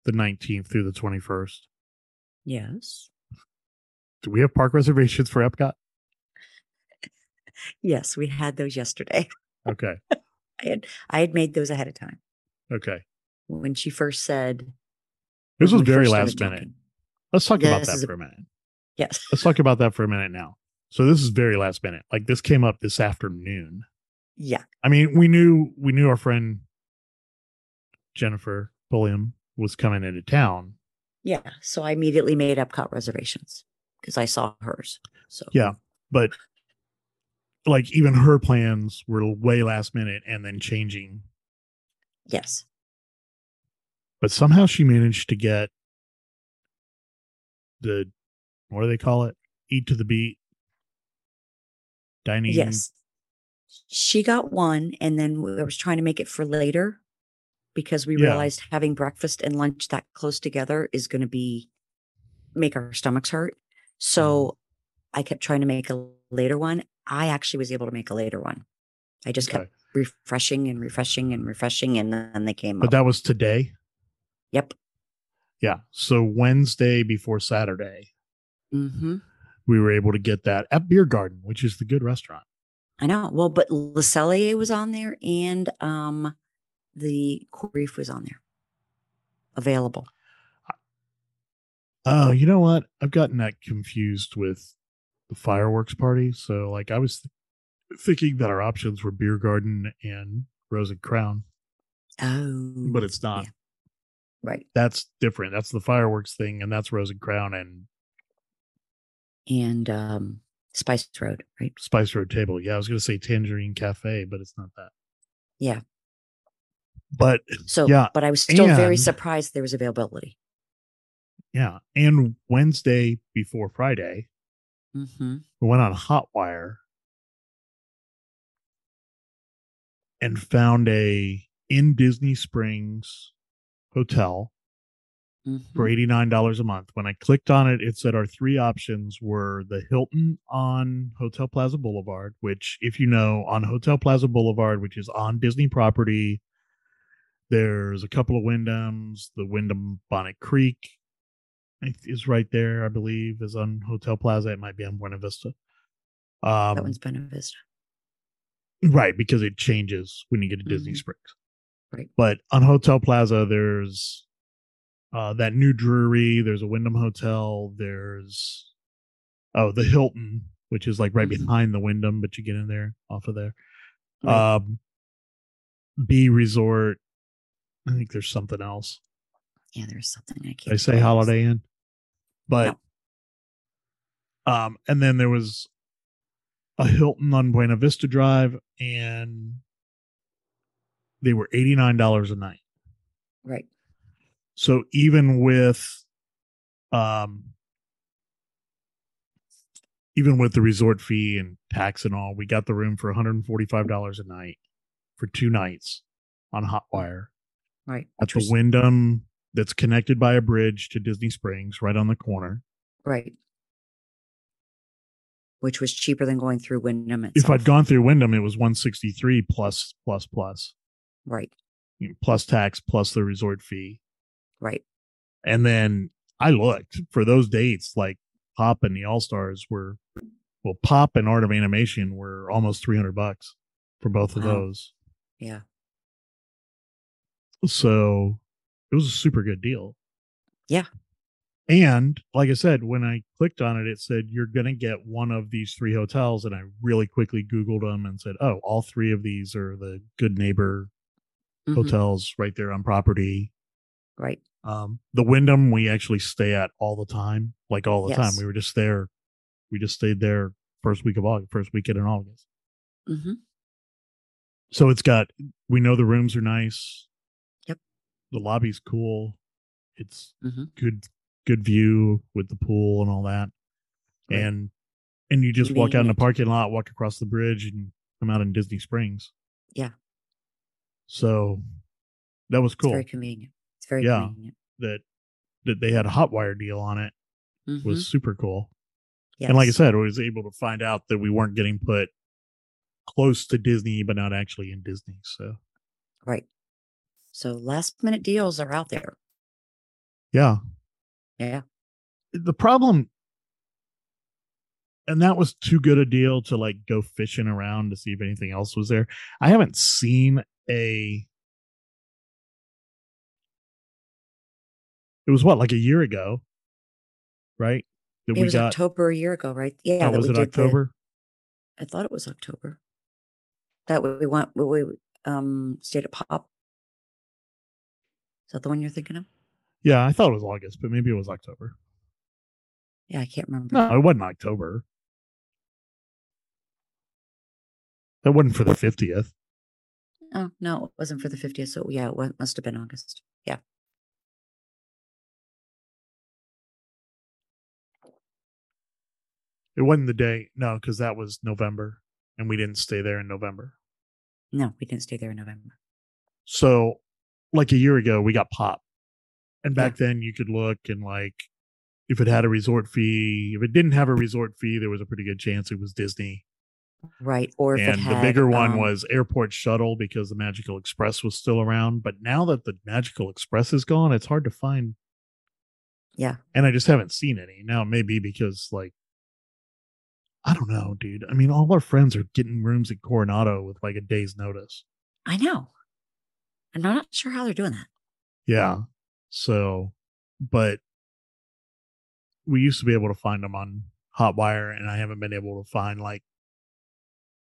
S2: the 19th through the 21st,
S1: Yes.
S2: do we have park reservations for Epcot?
S1: Yes, we had those yesterday.
S2: Okay.
S1: I had I had made those ahead of time.
S2: Okay.
S1: When she first said
S2: This
S1: when
S2: was
S1: we
S2: very
S1: first
S2: last
S1: started
S2: minute.
S1: talking.
S2: Let's talk about
S1: This
S2: that
S1: is a-
S2: for a minute.
S1: Yes.
S2: Let's talk about that for a minute now. So this is very last minute. Like this came up this afternoon.
S1: Yeah.
S2: I mean, we knew we knew our friend Jennifer Pulliam was coming into town.
S1: Yeah. So I immediately made Epcot reservations because I saw hers. So
S2: Yeah. but like even her plans were way last minute and then changing
S1: Yes.
S2: but somehow she managed to get the what do they call it eat to the beat dining
S1: Yes. She got one, and then we- I was trying to make it for later because we
S2: Yeah.
S1: realized having breakfast and lunch that close together is going to be make our stomachs hurt.
S2: Mm-hmm.
S1: So I kept trying to make a later one. I actually was able to make a later one. I just
S2: Okay.
S1: kept refreshing and refreshing and refreshing, and then they came
S2: but
S1: up.
S2: that was today
S1: Yep.
S2: yeah so wednesday before saturday
S1: hmm
S2: we were able to get that at beer garden which is the good restaurant
S1: I know. Well, but Le Cellier was on there, and um, the Cool Reef was on there, available.
S2: oh you know what i've gotten that confused with the fireworks party so like i was th- thinking that our options were beer garden and rose and crown
S1: Oh,
S2: but it's not
S1: yeah. right.
S2: that's different. That's the fireworks thing, and that's Rose and Crown and
S1: and um Spice Road, right?
S2: Spice Road Table. Yeah, I was gonna say Tangerine Cafe, but it's not that.
S1: Yeah.
S2: But
S1: So,
S2: Yeah,
S1: but I was still very
S2: and-
S1: surprised there was availability.
S2: yeah, and Wednesday before Friday,
S1: Mm-hmm.
S2: we went on Hotwire and found a in Disney Springs hotel
S1: mm-hmm.
S2: for eighty nine dollars a month. When I clicked on it, it said our three options were the Hilton on Hotel Plaza Boulevard, which, if you know, on Hotel Plaza Boulevard, which is on Disney property, there's a couple of Wyndhams. The Wyndham Bonnet Creek i- is right there, I believe, is on Hotel Plaza. It might be on Buena Vista.
S1: that
S2: Um,
S1: one's been a Vista.
S2: right, because it changes when you get to Disney
S1: Mhm.
S2: Springs.
S1: Right.
S2: But on Hotel Plaza, there's uh, that new Drury. There's a Wyndham Hotel. There's oh the Hilton, which is like right
S1: Mhm.
S2: behind the Wyndham, but you get in there off of there.
S1: Right.
S2: Um, B Resort. I think there's something else.
S1: yeah, there's something I can't.
S2: They say
S1: pronounce.
S2: Holiday Inn, but um, and then there was a Hilton on Buena Vista Drive, and they were eighty nine dollars a night.
S1: Right.
S2: So even with um even with the resort fee and tax and all, we got the room for $145 a night for two nights on Hotwire
S1: Right.
S2: at
S1: Which
S2: the
S1: was,
S2: Wyndham that's connected by a bridge to Disney Springs right on the corner.
S1: right. Which was cheaper than going through Wyndham itself.
S2: If I'd gone through Wyndham, it was 163 plus plus plus
S1: Right.
S2: You know, plus tax plus the resort fee.
S1: Right.
S2: And then I looked for those dates, like Pop and the All Stars were, well, Pop and Art of Animation were almost 300 bucks for both of
S1: Wow.
S2: those.
S1: Yeah.
S2: So it was a super good deal.
S1: Yeah.
S2: And like I said, when I clicked on it, it said, you're going to get one of these three hotels. And I really quickly Googled them and said, oh, all three of these are the good neighbor
S1: Mhm.
S2: hotels right there on property.
S1: Mm-hmm, Right.
S2: Um, the Wyndham we actually stay at all the time, like all the time.
S1: Yes.
S2: We were just there. We just stayed there first week of August, first weekend in August.
S1: Mm-hmm.
S2: So it's got. We know the rooms are nice.
S1: Yep.
S2: The lobby's cool. It's
S1: Mhm.
S2: good, good view with the pool and all that.
S1: Right.
S2: And And you just walk out in the
S1: Convenient.
S2: parking lot, walk across the bridge, and come out in Disney Springs.
S1: Yeah.
S2: So that was cool
S1: It's very convenient. It's very
S2: Yeah.
S1: convenient.
S2: that that they had a hot wire deal on it
S1: Mhm.
S2: was super cool. And like I
S1: Yes.
S2: said, I was able to find out that we weren't getting put close to Disney, but not actually in Disney. So
S1: right. So last minute deals are out there.
S2: yeah,
S1: Yeah.
S2: the problem and that was too good a deal to like go fishing around to see if anything else was there i haven't seen a it was what like a year ago right that
S1: It
S2: we
S1: was
S2: got
S1: October a year ago, right? Yeah.
S2: oh,
S1: that
S2: was
S1: we
S2: it
S1: did the-
S2: october
S1: I thought it was October. That we we went, we we, um, stayed at Pop. Is that the one you're thinking of?
S2: yeah i thought it was august but maybe it was october
S1: Yeah, I can't remember.
S2: no it wasn't october that wasn't for the 50th
S1: Oh, no, it wasn't for the 50th. So, yeah, it wa- must have been August. Yeah.
S2: it wasn't the day no because that was november and we didn't stay there in november
S1: No, we didn't stay there in November.
S2: So, like a year ago, we got pop, and back then you could look and like if it had a resort fee. If it didn't have a resort fee, there was a pretty good chance it was Disney.
S1: Right. Or if it
S2: and
S1: had,
S2: the bigger one
S1: um,
S2: was Airport Shuttle because the Magical Express was still around. But now that the Magical Express is gone, it's hard to find.
S1: Yeah.
S2: and I just haven't seen any now. Maybe because like. I don't know, dude. I mean, all our friends are getting rooms at Coronado with like a day's notice.
S1: I know. And I'm not sure how they're doing that.
S2: Yeah. So, but we used to be able to find them on Hotwire, and I haven't been able to find like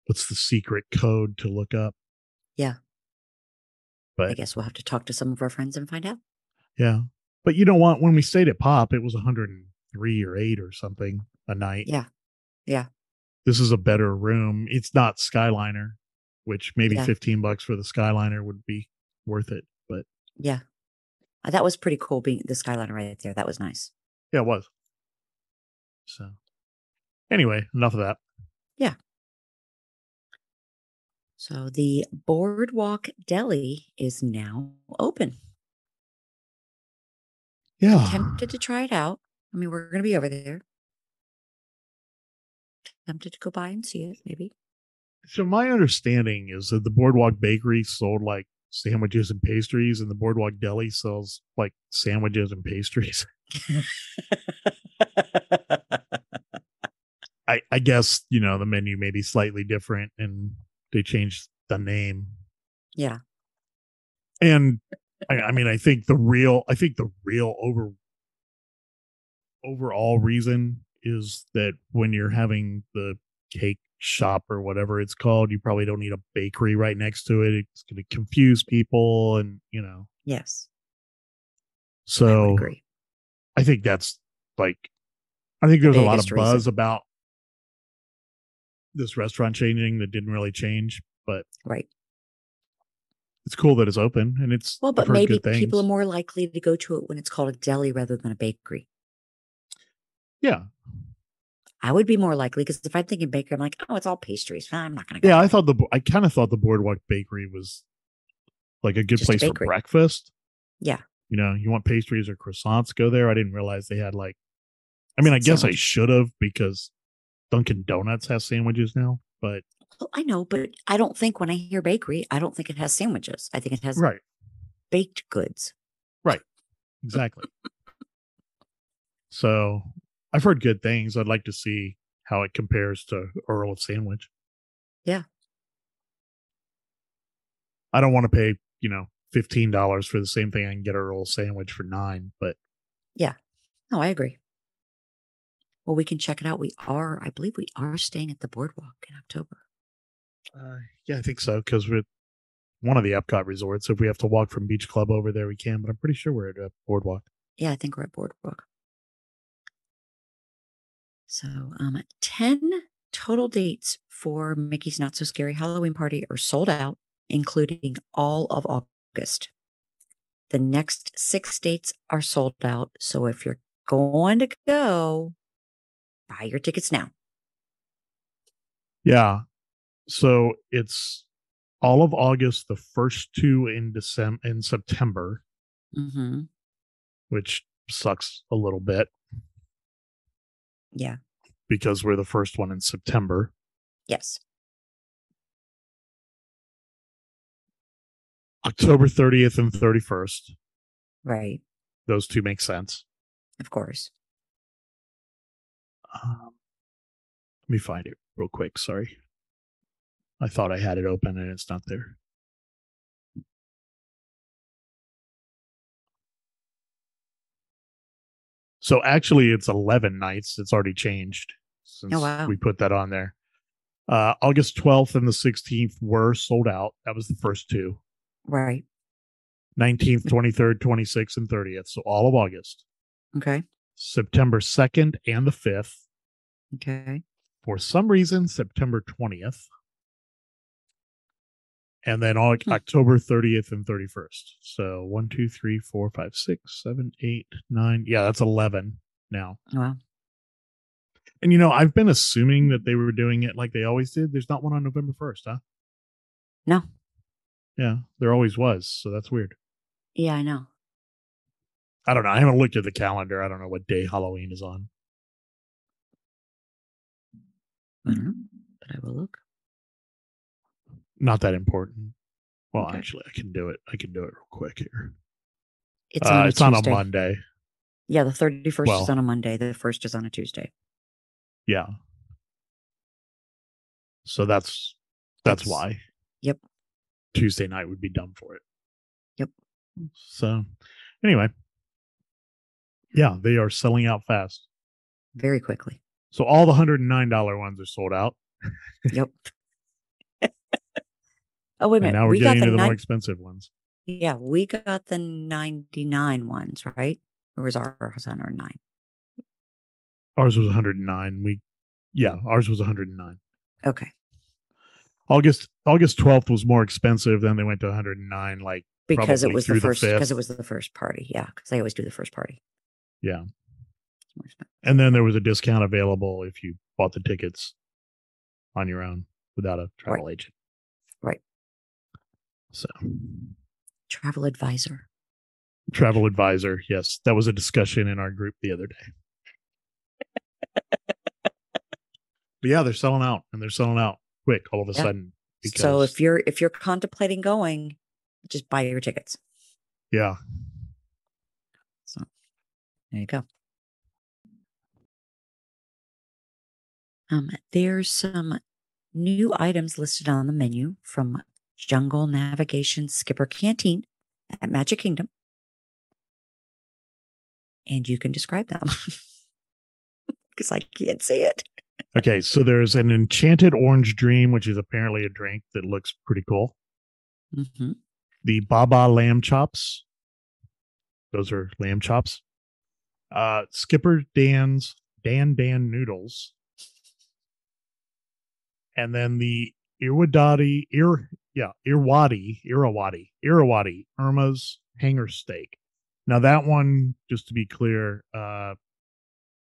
S2: what's the secret code to look up.
S1: Yeah. I
S2: But
S1: guess we'll have to talk to some of our friends and find out.
S2: yeah. But you know what? When we stayed at Pop, it was 103 or 8 or something a night.
S1: Yeah. Yeah.
S2: This is a better room. It's not Skyliner, which maybe
S1: Yeah.
S2: 15 bucks for the Skyliner would be worth it. But
S1: Yeah. Uh, That was pretty cool being the skyline right there. That was nice.
S2: Yeah, it was. So, anyway, enough of that.
S1: So the Boardwalk Deli is now open.
S2: Yeah.
S1: Tempted to try it out. I mean, we're going to be over there. Tempted to go by and see it, maybe.
S2: So, my understanding is that the Boardwalk Bakery sold like sandwiches and pastries, and the Boardwalk Deli sells like sandwiches and pastries. I, I guess, you know, the menu may be slightly different and they changed the name.
S1: yeah.
S2: And I, I mean, I think the real, I think the real over, overall reason is that when you're having the cake shop or whatever it's called, you probably don't need a bakery right next to it. It's going to confuse people, and you know.
S1: Yes. I would
S2: So
S1: agree.
S2: I, think that's like, I think there's a lot of
S1: Biggest reason.
S2: buzz about this restaurant changing that didn't really change, but
S1: Right.
S2: it's cool that it's open and it's
S1: Well,
S2: I've
S1: but
S2: heard
S1: maybe
S2: good
S1: people are
S2: things.
S1: more likely to go to it when it's called a deli rather than a bakery.
S2: yeah
S1: I would be more likely because if I'm thinking bakery, I'm like, oh, it's all pastries. Ah, I'm not going to go.
S2: Yeah, I thought the I kind of thought the Boardwalk Bakery was like a good
S1: Just a
S2: place for
S1: bakery.
S2: breakfast.
S1: Yeah.
S2: You know, you want pastries or croissants, go there. I didn't realize they had like I mean, I guess I
S1: Sandwiches. there.
S2: should have because Dunkin' Donuts has sandwiches now, but
S1: Well, I know, but I don't think when I hear bakery, I don't think it has sandwiches. I think it has
S2: right,
S1: baked goods.
S2: exactly. so, I've heard good things. I'd like to see how it compares to Earl of Sandwich.
S1: Yeah.
S2: I don't want to pay, you know, $15 for the same thing I can get at Earl of Sandwich for 9, but
S1: No, I agree. Well, we can check it out. We are, I believe we are staying at the boardwalk in October.
S2: Uh, yeah, I think so because we're at one of the Epcot resorts. If we have to walk from Beach Club over there, we can. But I'm pretty sure we're at a boardwalk.
S1: Yeah, I think we're at boardwalk. So, um, 10 total dates for Mickey's Not So Scary Halloween Party are sold out, including all of August. The next six dates are sold out. So, if you're going to go, buy your tickets now.
S2: Yeah. So it's all of August, the first two in December in September,
S1: Mm-hmm.
S2: which sucks a little bit
S1: Yeah.
S2: because we're the first one in September.
S1: Yes.
S2: October 30th and 31st.
S1: Right.
S2: Those two make sense.
S1: Of course.
S2: Um, let me find it real quick. Sorry. I thought I had it open and it's not there. So actually, it's 11 nights. It's already changed since
S1: wow.
S2: we put that on there. Uh, August 12th and the 16th were sold out. That was the first two.
S1: Right.
S2: 19th, 23rd, 26th, and 30th. So all of August.
S1: Okay.
S2: September 2nd and the 5th.
S1: Okay.
S2: for some reason September 20th and then all,
S1: Hmm.
S2: October 30th and 31st. So one, two, three, four, five, six, seven, eight, nine. Yeah, that's 11 now.
S1: Wow.
S2: And you know, I've been assuming that they were doing it like they always did. There's not one on November 1st, huh?
S1: No.
S2: Yeah, there always was. So that's weird.
S1: Yeah, I know.
S2: I don't know. I haven't looked at the calendar. I don't know what day Halloween is on.
S1: I don't know, Mm-hmm. but I will look.
S2: Not that important. Well,
S1: Okay.
S2: actually, I can do it. I can do it real quick here.
S1: It's
S2: It's, uh,
S1: on a
S2: it's on a
S1: Tuesday.
S2: Monday.
S1: Yeah, the 31st is
S2: Well-
S1: on a Monday. The 1st is on a Tuesday.
S2: Yeah. So that's that's
S1: That's-
S2: why.
S1: yep.
S2: Tuesday night would be dumb for it.
S1: Yep.
S2: So anyway. Yeah, they are selling out fast.
S1: Very quickly.
S2: So all the hundred and nine dollar ones are sold out.
S1: Yep. oh, wait a
S2: And
S1: minute.
S2: now we're
S1: we got
S2: getting
S1: the,
S2: into the
S1: nine-
S2: more expensive ones.
S1: Yeah, we got the 99 ones, right? Or was ours on our nine?
S2: Ours was 109. We yeah, ours was 109.
S1: Okay.
S2: August August 12th was more expensive, then they went to 109 like
S1: Because
S2: Probably
S1: it was
S2: through
S1: the
S2: the
S1: first, because it
S2: fifth.
S1: was the first party. Yeah. Because they always do the first party.
S2: Yeah.
S1: It's more expensive.
S2: and then there was a discount available if you bought the tickets on your own without a travel agent.
S1: Right.
S2: So,
S1: Travel advisor.
S2: travel advisor, yes, that was a discussion in our group the other day. but yeah, they're selling out and they're selling out quick all of a
S1: Yeah.
S2: sudden because
S1: so if you're if you're contemplating going, just buy your tickets.
S2: yeah,
S1: There you go. Um, there's some new items listed on the menu from Jungle Navigation Skipper Canteen at Magic Kingdom. And you can describe them because I can't see it.
S2: okay, so there's an enchanted orange dream which is apparently a drink that looks pretty cool.
S1: Mm-hmm.
S2: the Baba lamb chops. Those are lamb chops. Uh, Skipper Dan's Dan Dan noodles, and then the Irwadati Ir yeah Irwadi Irrawaddy Irrawaddy Irma's hanger steak. Now that one, just to be clear, uh,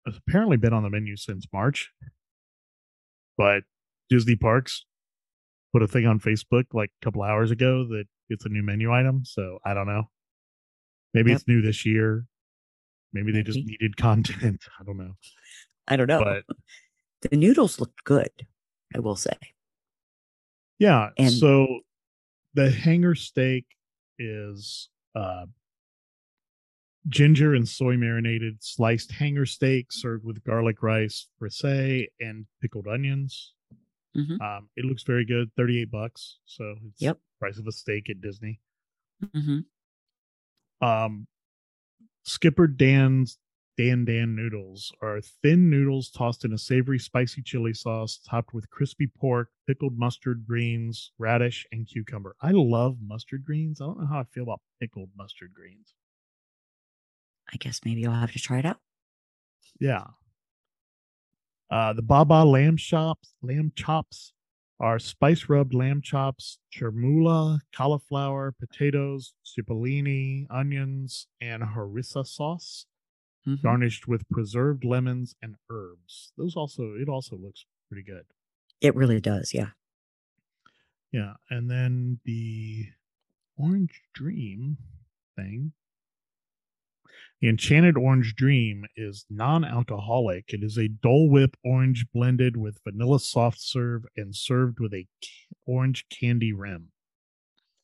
S2: has apparently been on the menu since March, but Disney Parks put a thing on Facebook like a couple hours ago that it's a new menu item. So I don't know. Maybe
S1: Yep.
S2: it's new this year. Maybe they just
S1: Maybe.
S2: needed content. I don't know.
S1: I don't know.
S2: But
S1: the noodles look good, I will say.
S2: yeah.
S1: And-
S2: so the hanger steak is uh, ginger and soy marinated sliced hanger steak served with garlic rice, frisee, and pickled onions.
S1: Mhm.
S2: Um, it looks very good. Thirty-eight bucks. So it's
S1: Yep.
S2: price of a steak at Disney.
S1: Mm-hmm.
S2: um skipper dan's dan dan noodles are thin noodles tossed in a savory spicy chili sauce topped with crispy pork pickled mustard greens radish and cucumber i love mustard greens i don't know how i feel about pickled mustard greens
S1: I guess maybe I'll have to try it out.
S2: yeah uh the baba lamb chops lamb chops are spice rubbed lamb chops chermoula cauliflower potatoes cipollini onions and harissa sauce
S1: Mhm.
S2: garnished with preserved lemons and herbs. Those also it also looks pretty good.
S1: It really does. Yeah.
S2: Yeah, and then the Orange Dream thing. The Enchanted Orange Dream is non-alcoholic. It is a Dole Whip orange blended with vanilla soft serve and served with a c- orange candy rim.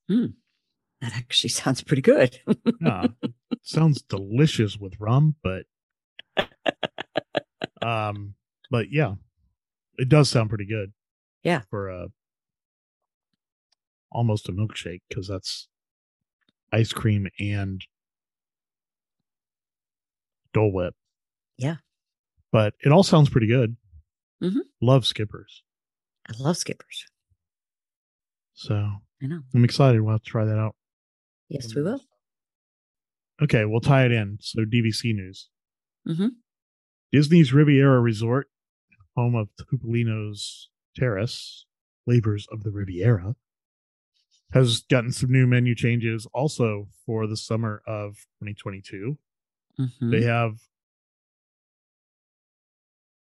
S1: That actually sounds pretty good.
S2: Yeah, it sounds delicious with rum, but um, but yeah, it does sound pretty good.
S1: Yeah.
S2: for a almost a milkshake because that's ice cream and Dole Whip.
S1: Yeah.
S2: but it all sounds pretty good.
S1: Mhm.
S2: Love Skippers,
S1: I love skippers.
S2: so
S1: I know.
S2: I'm excited. We'll have to try that out.
S1: Yes, we will.
S2: Okay, we'll tie it in. So DVC news.
S1: Mhm.
S2: Disney's Riviera Resort, home of Tupolino's Terrace, Labors of the Riviera, has gotten some new menu changes also for the summer of 2022.
S1: Mhm.
S2: They have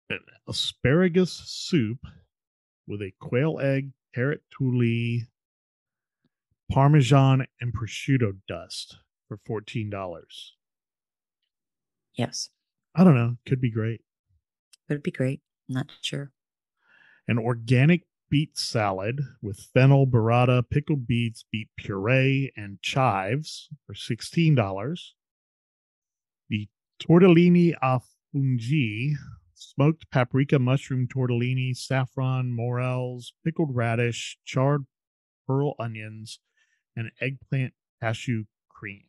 S2: an asparagus soup with a quail egg, carrot toulet, parmesan, and prosciutto dust for fourteen dollars.
S1: Yes.
S2: I don't know, could be great.
S1: Would it be great? Not sure.
S2: An organic beet salad with fennel, burrata, pickled beets, beet puree, and chives for sixteen dollars. The tortellini a fungi, smoked paprika, mushroom tortellini, saffron, morels, pickled radish, charred pearl onions, and eggplant cashew cream.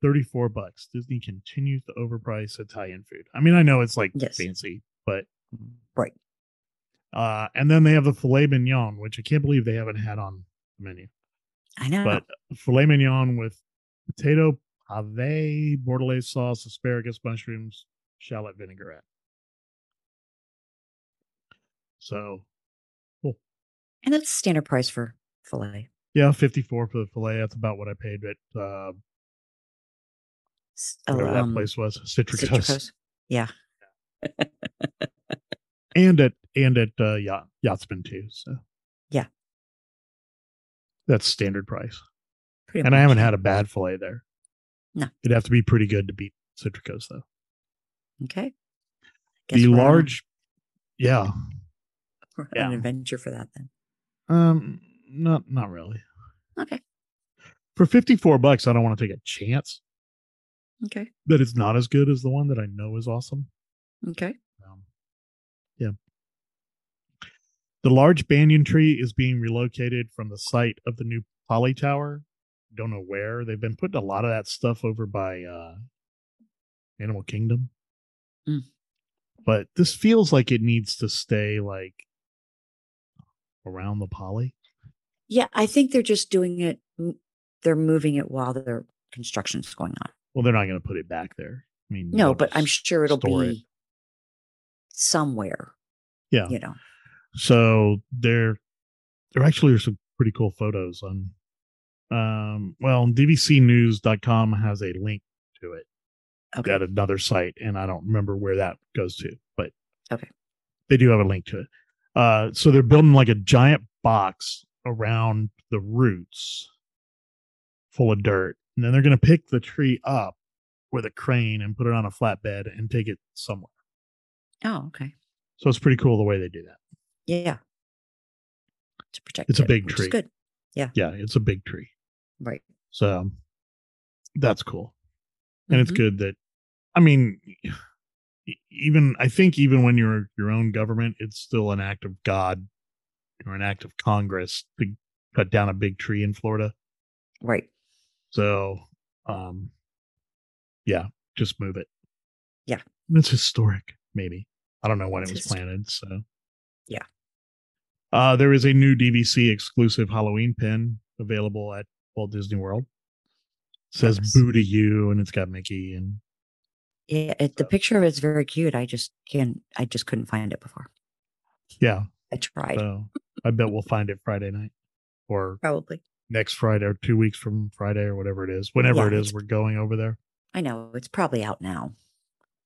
S2: Thirty-four bucks. Disney continues to overprice Italian food. I mean, I know it's like
S1: Yes.
S2: fancy, but
S1: Right.
S2: uh, and then they have the filet mignon, which I can't believe they haven't had on the menu.
S1: I know.
S2: But uh, filet mignon with potato pave, bordelaise sauce, asparagus, mushrooms, shallot vinaigrette. So
S1: and that's the standard price for filet.
S2: yeah, fifty four for the filet. That's about what I paid at uh,
S1: S-
S2: whatever
S1: oh,
S2: that
S1: um,
S2: place was, Citricos,
S1: Citricos.
S2: and at and at uh, Yacht, Yachtsman too. So
S1: Yeah.
S2: that's standard price.
S1: Pretty
S2: And I haven't
S1: much.
S2: had a bad filet there.
S1: No.
S2: It'd have to be pretty good to beat Citricos though.
S1: Okay. Guess
S2: the
S1: we're on a-
S2: large yeah
S1: we're on
S2: yeah.
S1: an adventure for that then.
S2: um not not really
S1: Okay.
S2: for 54 bucks i don't want to take a chance
S1: Okay.
S2: that it's not as good as the one that i know is awesome
S1: Okay.
S2: um, yeah the large banyan tree is being relocated from the site of the new poly tower don't know where they've been putting a lot of that stuff over by uh animal kingdom
S1: Mm.
S2: but this feels like it needs to stay like around the poly
S1: Yeah, I think they're just doing it. m- They're moving it while their construction's going on.
S2: Well, they're not going to put it back there. I mean,
S1: No,
S2: they'll
S1: but I'm
S2: just-
S1: sure it'll
S2: store it.
S1: be somewhere.
S2: Yeah.
S1: You know.
S2: So there, there actually are some pretty cool photos on. Um, well, dvcnews.com has a link to it
S1: Okay.
S2: at another site, and I don't remember where that goes to, but
S1: Okay.
S2: they do have a link to it. Uh, so they're building like a giant box around the roots, full of dirt, and then they're going to pick the tree up with a crane and put it on a flatbed and take it somewhere.
S1: Oh, okay.
S2: So it's pretty cool the way they do that.
S1: Yeah. To protect.
S2: It's a
S1: it,
S2: big
S1: which is
S2: tree.
S1: good.
S2: yeah, it's a big tree.
S1: Right.
S2: So that's cool. And it's
S1: Mhm.
S2: good that I mean e- even I think even when you're your own government, it's still an act of God or an act of Congress to cut down a big tree in Florida.
S1: Right.
S2: So um yeah, just move it.
S1: Yeah.
S2: And it's historic, maybe. I don't know when it
S1: It's
S2: was
S1: historic.
S2: planted, so
S1: Yeah.
S2: Uh there is a new DVC exclusive Halloween pin available at Walt Disney World. It says
S1: Nice.
S2: boo to you and it's got Mickey and
S1: Yeah. It, the
S2: So-
S1: picture of it's very cute. I just can't. I just couldn't find it before.
S2: yeah.
S1: I tried.
S2: So I bet we'll find it Friday night or
S1: Probably.
S2: next Friday or two weeks from Friday or whatever it is. Whenever
S1: Yeah,
S2: it is
S1: it's-
S2: we're going over there.
S1: I know it's probably out now,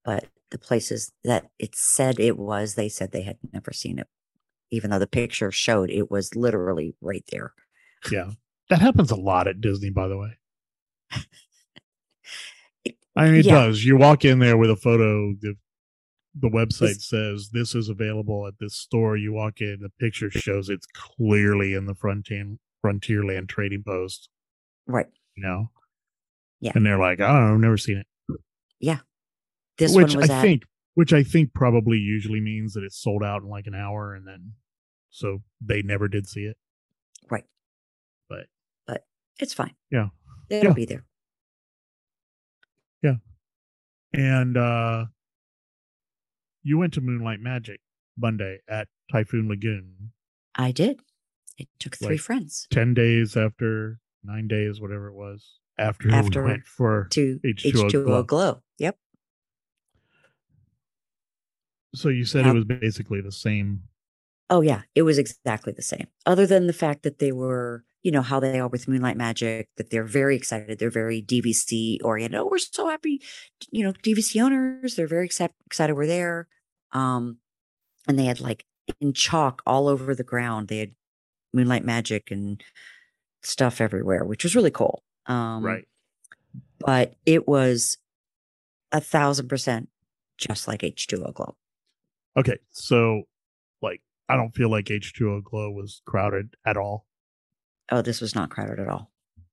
S1: but the places that it said it was, they said they had never seen it even though the picture showed it was literally right there.
S2: Yeah. That happens a lot at Disney, by the way. I mean, it
S1: Yeah.
S2: does. You walk in there with a photo. The, the website
S1: It's-
S2: says this is available at this store. You walk in, the picture shows it's clearly in the frontier Frontierland Trading Post.
S1: Right.
S2: You know,
S1: Yeah.
S2: and they're like, "I don't know, I've never seen it."
S1: This
S2: which
S1: one was
S2: I
S1: at
S2: think, which I think probably usually means that it's sold out in like an hour, and then so they never did see it.
S1: it's fine.
S2: Yeah.
S1: It'll
S2: Yeah.
S1: be there.
S2: And uh you went to Moonlight Magic Monday at Typhoon Lagoon,
S1: I did. It took three
S2: Like,
S1: friends
S2: ten days after, nine days, whatever it was after,
S1: After
S2: we went for.
S1: to
S2: H2O
S1: H2O,
S2: Glow.
S1: glow. Yep.
S2: So you said
S1: Yeah.
S2: it was basically the same.
S1: Oh yeah, it was exactly the same. Other than the fact that they were, you know, how they are with Moonlight Magic, that they're very excited. They're very DVC oriented. Oh, we're so happy, you know, DVC owners. They're very excep- excited we're there. Um, and they had like in chalk all over the ground. They had Moonlight Magic and stuff everywhere, which was really cool. Um,
S2: right.
S1: But it was a thousand percent just like H2O Glow.
S2: Okay. So, like, I don't feel like H2O Glow was crowded at all.
S1: Oh, this was not crowded at all.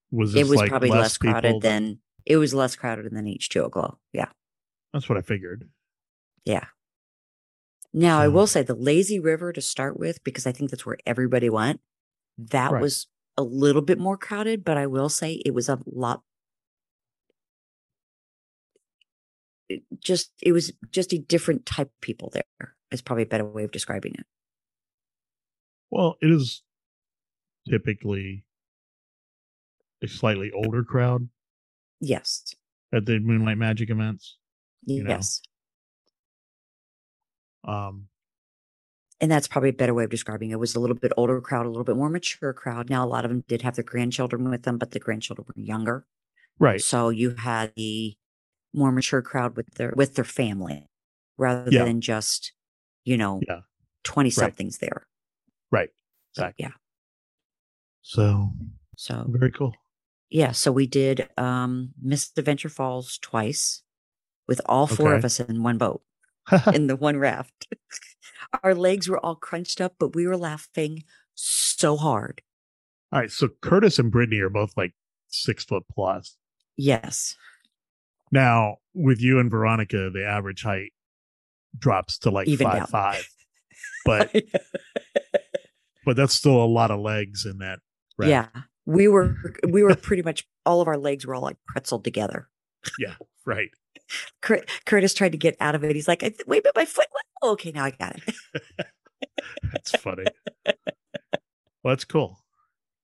S2: Was
S1: it
S2: this
S1: was
S2: like
S1: probably less, crowded
S2: people that-
S1: than it was less crowded than H2O Glow. Yeah.
S2: That's what I figured.
S1: Now I
S2: Oh.
S1: will say the lazy river to start with, because I think that's where everybody went. That
S2: Right.
S1: was a little bit more crowded, but I will say it was a lot. it Just it was just a different type of people there. Is probably a better way of describing it.
S2: Well, it is typically a slightly older crowd
S1: Yes.
S2: at the Moonlight Magic events. You know.
S1: yes.
S2: Um,
S1: and that's probably a better way of describing it. it was a little bit older crowd a little bit more mature crowd now a lot of them did have their grandchildren with them but the grandchildren were younger
S2: right.
S1: so you had the more mature crowd with their with their family rather
S2: Yeah.
S1: than just you know
S2: Yeah.
S1: 20 somethings there So,
S2: Exactly.
S1: yeah
S2: So
S1: so
S2: very cool.
S1: yeah so we did um miss adventure falls twice with all four of
S2: Okay.
S1: us in one boat in the one raft our legs were all crunched up but we were laughing so hard
S2: All right. So Curtis and Brittany are both like six foot plus.
S1: yes
S2: Now with you and Veronica, the average height drops to like
S1: Evened
S2: five
S1: out.
S2: five. But but that's still a lot of legs in that. raft.
S1: yeah we were we were pretty much all of our legs were all like pretzeled together
S2: Right.
S1: Cur- curtis tried to get out of it he's like I th- wait but my foot went- Oh, okay now i got it
S2: That's funny. well, that's cool.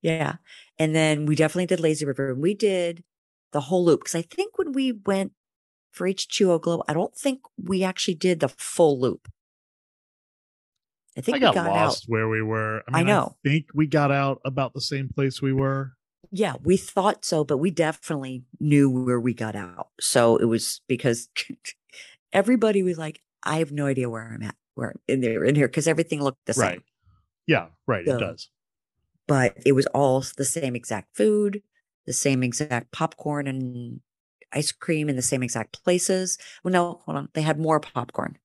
S1: yeah and then we definitely did lazy river and we did the whole loop because i think when we went for h2o glow i don't think we actually did the full loop i think
S2: I
S1: we
S2: got,
S1: got
S2: lost
S1: out
S2: where we were.
S1: I know.
S2: think we got out about the same place we were.
S1: yeah we thought so but we definitely knew where we got out so it was because everybody was like i have no idea where i'm at where I'm in there in here because everything looked the same
S2: Right. Yeah. Right.
S1: So-
S2: It does.
S1: but it was all the same exact food the same exact popcorn and ice cream in the same exact places well no hold on they had more popcorn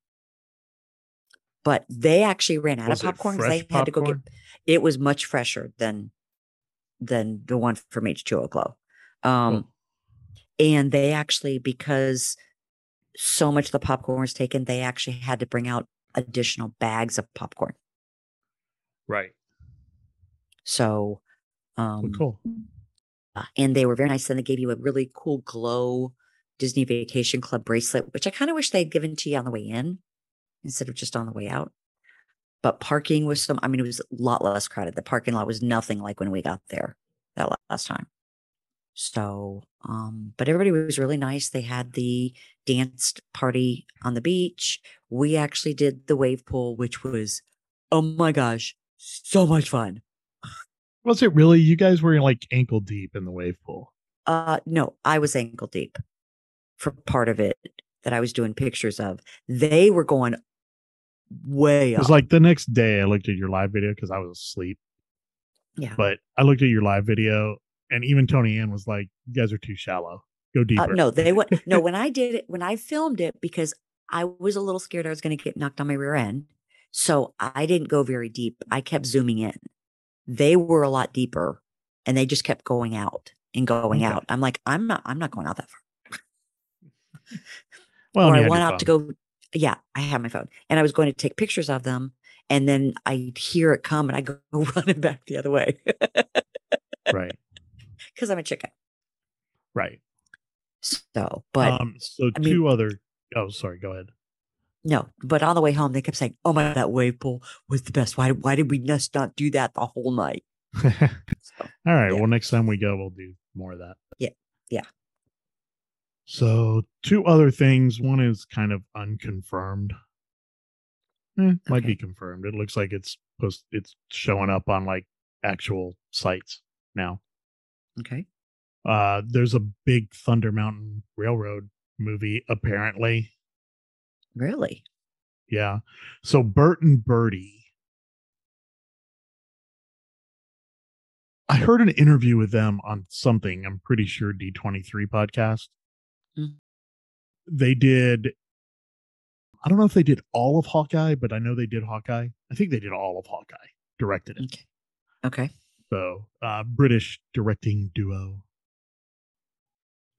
S1: but they actually ran out
S2: Was it
S1: of popcorn 'cause
S2: fresh
S1: they had to go get
S2: popcorn?
S1: it was much fresher than than the one from H2O Glow. Um
S2: Cool.
S1: and they actually because so much of the popcorn was taken, they actually had to bring out additional bags of popcorn.
S2: Right.
S1: So um
S2: Well, cool.
S1: uh, and they were very nice and they gave you a really cool glow Disney Vacation Club bracelet, which I kind of wish they had given to you on the way in instead of just on the way out. But parking was some I mean it was a lot less crowded. The parking lot was nothing like when we got there that la- last time. So, um, but everybody was really nice. They had the dance party on the beach. We actually did the wave pool, which was, oh my gosh, so much fun.
S2: Was it really? You guys were like ankle deep in the wave pool.
S1: Uh, no, I was ankle deep for part of it that I was doing pictures of. They were going
S3: way
S2: It was
S3: up.
S2: like the next day I looked at your live video because I was asleep.
S1: Yeah.
S2: But I looked at your live video and even Tony Ann was like, You guys are too shallow. Go deeper.
S1: Uh, no, they went. No, when I did it, when I filmed it, because I was a little scared I was going to get knocked on my rear end. So I didn't go very deep. I kept zooming in. They were a lot deeper and they just kept going out and going
S2: Okay.
S1: out. I'm like, I'm not, I'm not going out that far.
S2: Well,
S1: or
S2: Oh, and you
S1: I
S2: had
S1: went
S2: your
S1: out to
S2: phone.
S1: go. Yeah, I had my phone and I was going to take pictures of them. And then I hear it come and I go running back the other way
S2: Right.
S1: because I'm a chicken.
S2: Right.
S1: So, but
S2: um so
S1: I mean-
S2: two other oh sorry, go ahead.
S1: No, but on the way home, they kept saying, "Oh my, that wave pool was the best. Why, why did we just not do that the whole night?" So,
S2: All right.
S1: Yeah.
S2: Well, next time we go, we'll do more of that.
S1: Yeah, yeah.
S2: So, two other things. One is kind of unconfirmed. Eh, Might
S1: Okay.
S2: be confirmed. It looks like it's post. It's showing up on like actual sites now.
S1: okay,
S2: Uh, there's a big Thunder Mountain Railroad movie apparently.
S1: really?
S2: Yeah. So Bert and Birdie. I heard an interview with them on something, I'm pretty sure D23 podcast.
S1: Mm.
S2: They did, I don't know if they did all of Hawkeye, but I know they did Hawkeye. I think they did all of Hawkeye, directed it.
S1: Okay, okay.
S2: So, uh, British directing duo.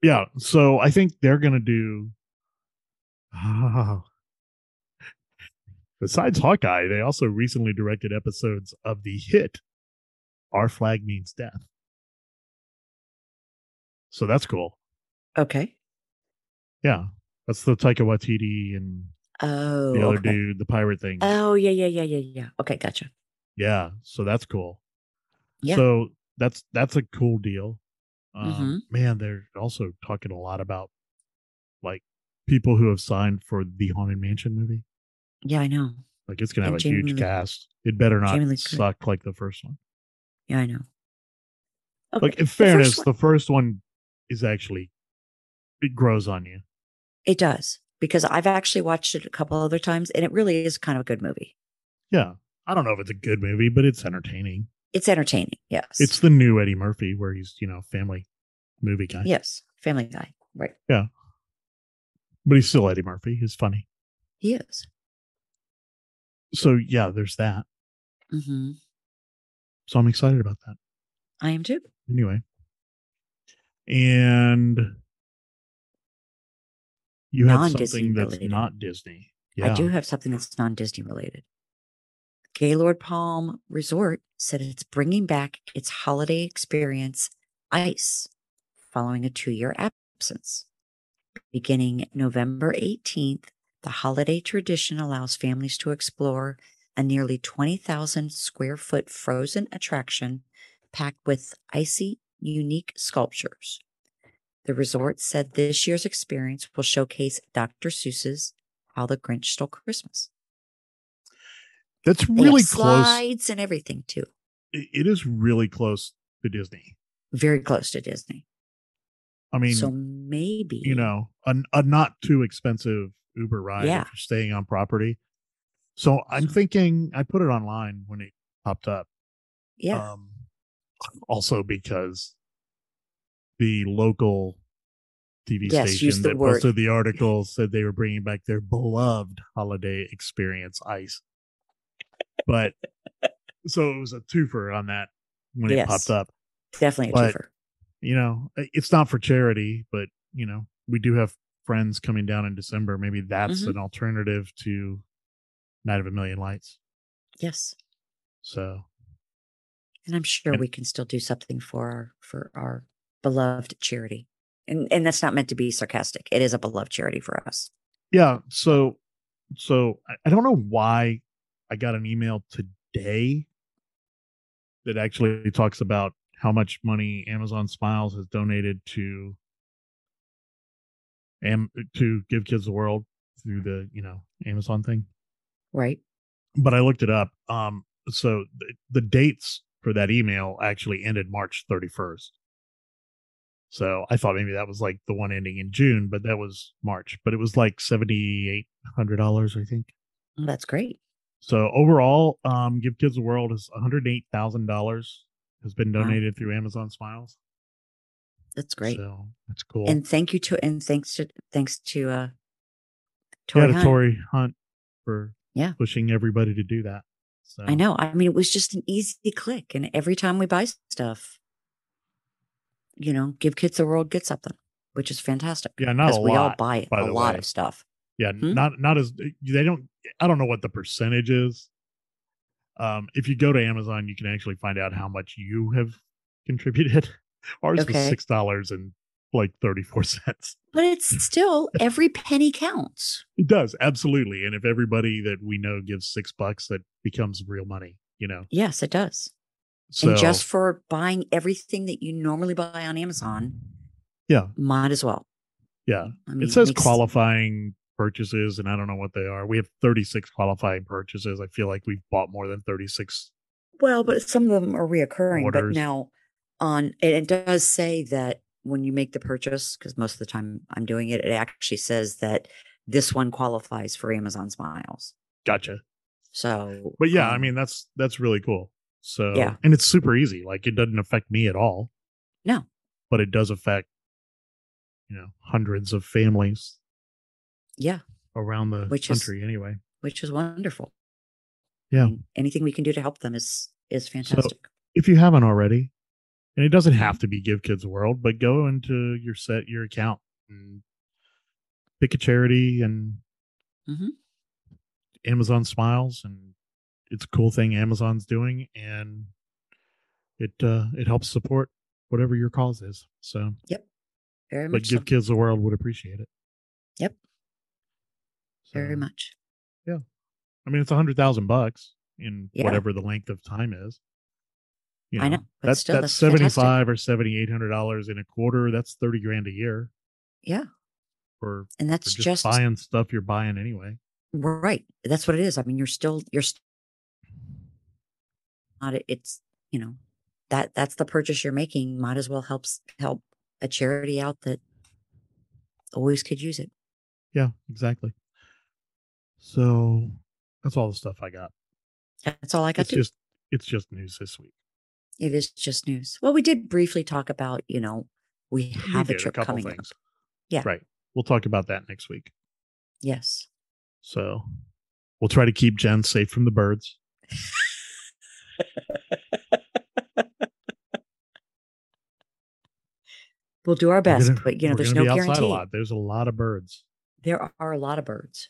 S2: Yeah. So I think they're going to do. Besides Hawkeye, they also recently directed episodes of the hit Our Flag Means Death. So that's cool.
S1: Okay.
S2: Yeah. That's the Taika Waititi and
S1: Oh,
S2: the other
S1: okay.
S2: dude, the pirate thing.
S1: Oh, yeah, yeah, yeah, yeah, yeah. Okay, gotcha.
S2: yeah. So that's cool.
S1: Yeah.
S2: So that's that's a cool deal. Um,
S1: Mhm.
S2: Man, they're also talking a lot about like people who have signed for the Haunted Mansion movie.
S1: Yeah, I know.
S2: Like it's gonna have
S1: And
S2: a
S1: Jamie
S2: huge
S1: Lee-
S2: cast. It better not
S1: Jamie Lee Curtis.
S2: suck like the first one.
S1: Yeah, I know. Okay.
S2: Like
S1: the
S2: in
S1: first
S2: fairness,
S1: one-
S2: the first one is actually it grows on you.
S1: it does because I've actually watched it a couple other times, and it really is kind of a good movie.
S2: Yeah. I don't know if it's a good movie, but it's entertaining.
S1: It's entertaining. Yes.
S2: It's the new Eddie Murphy where he's, you know, family movie guy.
S1: yes, Family Guy. Right.
S2: But he's still Eddie Murphy. He's funny.
S1: He is.
S2: So yeah, there's that.
S1: hmm
S2: So I'm excited about that.
S1: I am too.
S2: anyway and you had
S1: Non-Disney
S2: something that's
S1: related.
S2: not disney
S1: I do have something that's non Disney related. Gaylord Palm Resort said it's bringing back its holiday experience, ICE, following a two year absence. Beginning November 18th, the holiday tradition allows families to explore a nearly 20,000 square foot frozen attraction packed with icy, unique sculptures. The resort said this year's experience will showcase Dr. Seuss's how the Grinch Stole Christmas.
S2: that's
S1: They have
S2: really close I-
S1: slides and everything too.
S2: it is really close to disney
S1: Very close to Disney.
S2: i mean
S1: so maybe
S2: you know a, a not too expensive uber ride
S1: Yeah.
S2: if you're staying on property so i'm
S1: So-
S2: thinking i put it online when it popped up
S1: yeah,
S2: um also because the local TV
S1: Yes, use
S2: station
S1: the
S2: that
S1: word.
S2: posted the article said they were bringing back their beloved holiday experience ice. But so it was a twofer on that when it
S1: Yes.
S2: popped up.
S1: definitely a
S2: but-
S1: twofer.
S2: You know, i- it's not for charity, but you know, we do have friends coming down in December. Maybe that's
S1: Mhm.
S2: an alternative to Night of a Million Lights.
S1: Yes,
S2: So
S1: and I'm sure
S2: And-
S1: we can still do something for our for our beloved charity. And and that's not meant to be sarcastic. It is a beloved charity for us.
S2: yeah so so I- i don't know why i got an email today that actually talks about how much money amazon smiles has donated to am to give kids the world through the you know amazon thing
S1: Right?
S2: but i looked it up um so the, the dates for that email actually ended march 31st so i thought maybe that was like the one ending in june but that was march but it was like $7800 i think
S1: Well, that's great.
S2: So overall, um, Give Kids the World is one hundred eight thousand dollars has been
S1: Wow.
S2: donated through Amazon Smiles.
S1: That's great.
S2: So that's cool.
S1: And thank you to and thanks to thanks to uh
S2: yeah,
S1: Tori
S2: to
S1: Hunt.
S2: Tory Hunt for
S1: Yeah.
S2: pushing everybody to do that. So
S1: I know. I mean, it was just an easy click, and every time we buy stuff, you know, give kids the world get something, which is fantastic.
S2: Yeah, not
S1: because
S2: a
S1: we all
S2: lot.
S1: buy
S2: by
S1: a
S2: the
S1: lot
S2: way.
S1: of stuff.
S2: yeah,
S1: Hmm?
S2: not not as eh, they don't. I don't know what the percentage is. Um, if you go to Amazon, you can actually find out how much you have contributed. Ours was
S1: Okay.
S2: six dollars and like thirty four cents.
S1: But it's still every penny counts.
S2: It does absolutely. And if everybody that we know gives six bucks, that becomes real money. You know,
S1: Yes, it does.
S2: so
S1: and just for buying everything that you normally buy on Amazon,
S2: yeah,
S1: might as well.
S2: yeah.
S1: I mean,
S2: it says
S1: Mm, makes-
S2: qualifying purchases and i don't know what they are we have 36 qualifying purchases i feel like we've bought more than 36
S1: Well, but some of them are reoccurring. But
S2: Orders.
S1: now, on it, it does say that when you make the purchase, because most of the time I'm doing it, it actually says that this one qualifies for Amazon Smiles.
S2: gotcha
S1: So,
S2: but yeah i
S1: um,
S2: mean that's that's really cool so
S1: Yeah.
S2: and it's super easy like it doesn't affect me at all
S1: No.
S2: but it does affect you know hundreds of families
S1: yeah,
S2: around the
S1: Which is-
S2: country anyway
S1: which is wonderful.
S2: Yeah.
S1: And anything we can do to help them is is fantastic.
S2: if you haven't already and it doesn't
S1: Mm-hmm.
S2: have to be give kids a world but go into your set your account and pick a charity and
S1: Mhm.
S2: amazon smiles and it's a cool thing amazon's doing and it uh it helps support whatever your cause is so
S1: Very
S2: but
S1: much.
S2: give
S1: so.
S2: kids a world would appreciate it
S1: Yep. Very
S2: So,
S1: much.
S2: i mean it's a hundred thousand bucks in
S1: Yeah.
S2: whatever the length of time is you
S1: I know. But
S2: that's
S1: still,
S2: that's
S1: that's
S2: seventy
S1: fantastic.
S2: five or seventy eight hundred dollars in a quarter. That's thirty grand a year
S1: Yeah.
S2: for,
S1: And
S2: for
S1: that's
S2: just,
S1: just,
S2: buying stuff you're buying anyway.
S1: right. That's what it is. I mean, you're still, you're st- not, it's, you know, that that's the purchase you're making. Might as well help s- help a charity out that always could use it.
S2: Yeah, exactly. So that's all the stuff I got.
S1: That's all I got
S2: it's
S1: to.
S2: just it's just news this week.
S1: it is just news. Well, we did briefly talk about, you know, we
S2: We
S1: have a
S2: did
S1: trip coming up. Yeah.
S2: Right. We'll talk about that next week.
S1: Yes.
S2: So we'll try to keep Jen safe from the birds.
S1: We'll do our
S2: We're
S1: best,
S2: gonna-
S1: but you know,
S2: we're
S1: there's
S2: gonna
S1: no
S2: be outside
S1: guarantee.
S2: A lot. There's a lot of birds.
S1: There are a lot of birds.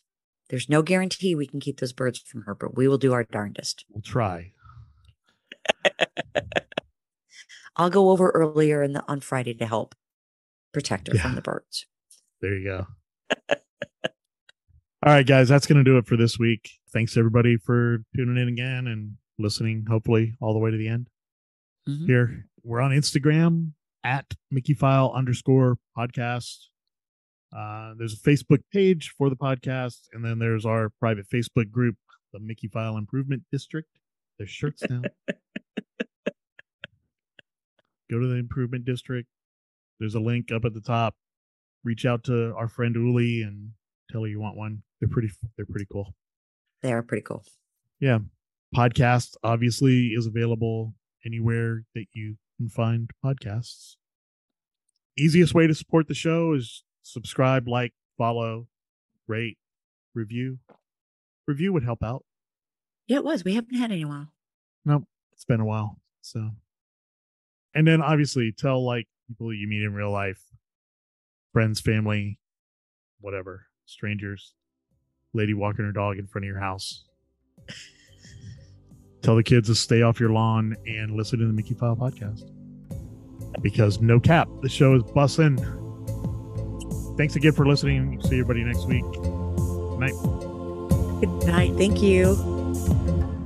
S1: There's no guarantee we can keep those birds from her, but we will do our darndest.
S2: We'll try.
S1: I'll go over earlier in the, on Friday to help protect her
S2: Yeah.
S1: from the birds.
S2: There you go. All right, guys, that's going to do it for this week. Thanks everybody for tuning in again and listening, hopefully, all the way to the end
S1: Mhm.
S2: here. We're on Instagram at Mickey File underscore podcast. Uh, there's a Facebook page for the podcast, and then there's our private Facebook group, the Mickey File Improvement District. There's shirts now. Go to the Improvement District. There's a link up at the top. Reach out to our friend Uli and tell her you want one. They're pretty. They're pretty cool
S1: They are pretty cool.
S2: podcast obviously is available anywhere that you can find podcasts easiest way to support the show is subscribe like follow rate review review would help out
S1: Yeah, it was. We haven't had any in a while.
S2: it's been a while so and then obviously tell like people you meet in real life friends family whatever strangers lady walking her dog in front of your house tell the kids to stay off your lawn and listen to the mickey file podcast because no cap the show is bussin thanks again for listening see everybody next week
S1: Good night. Thank you.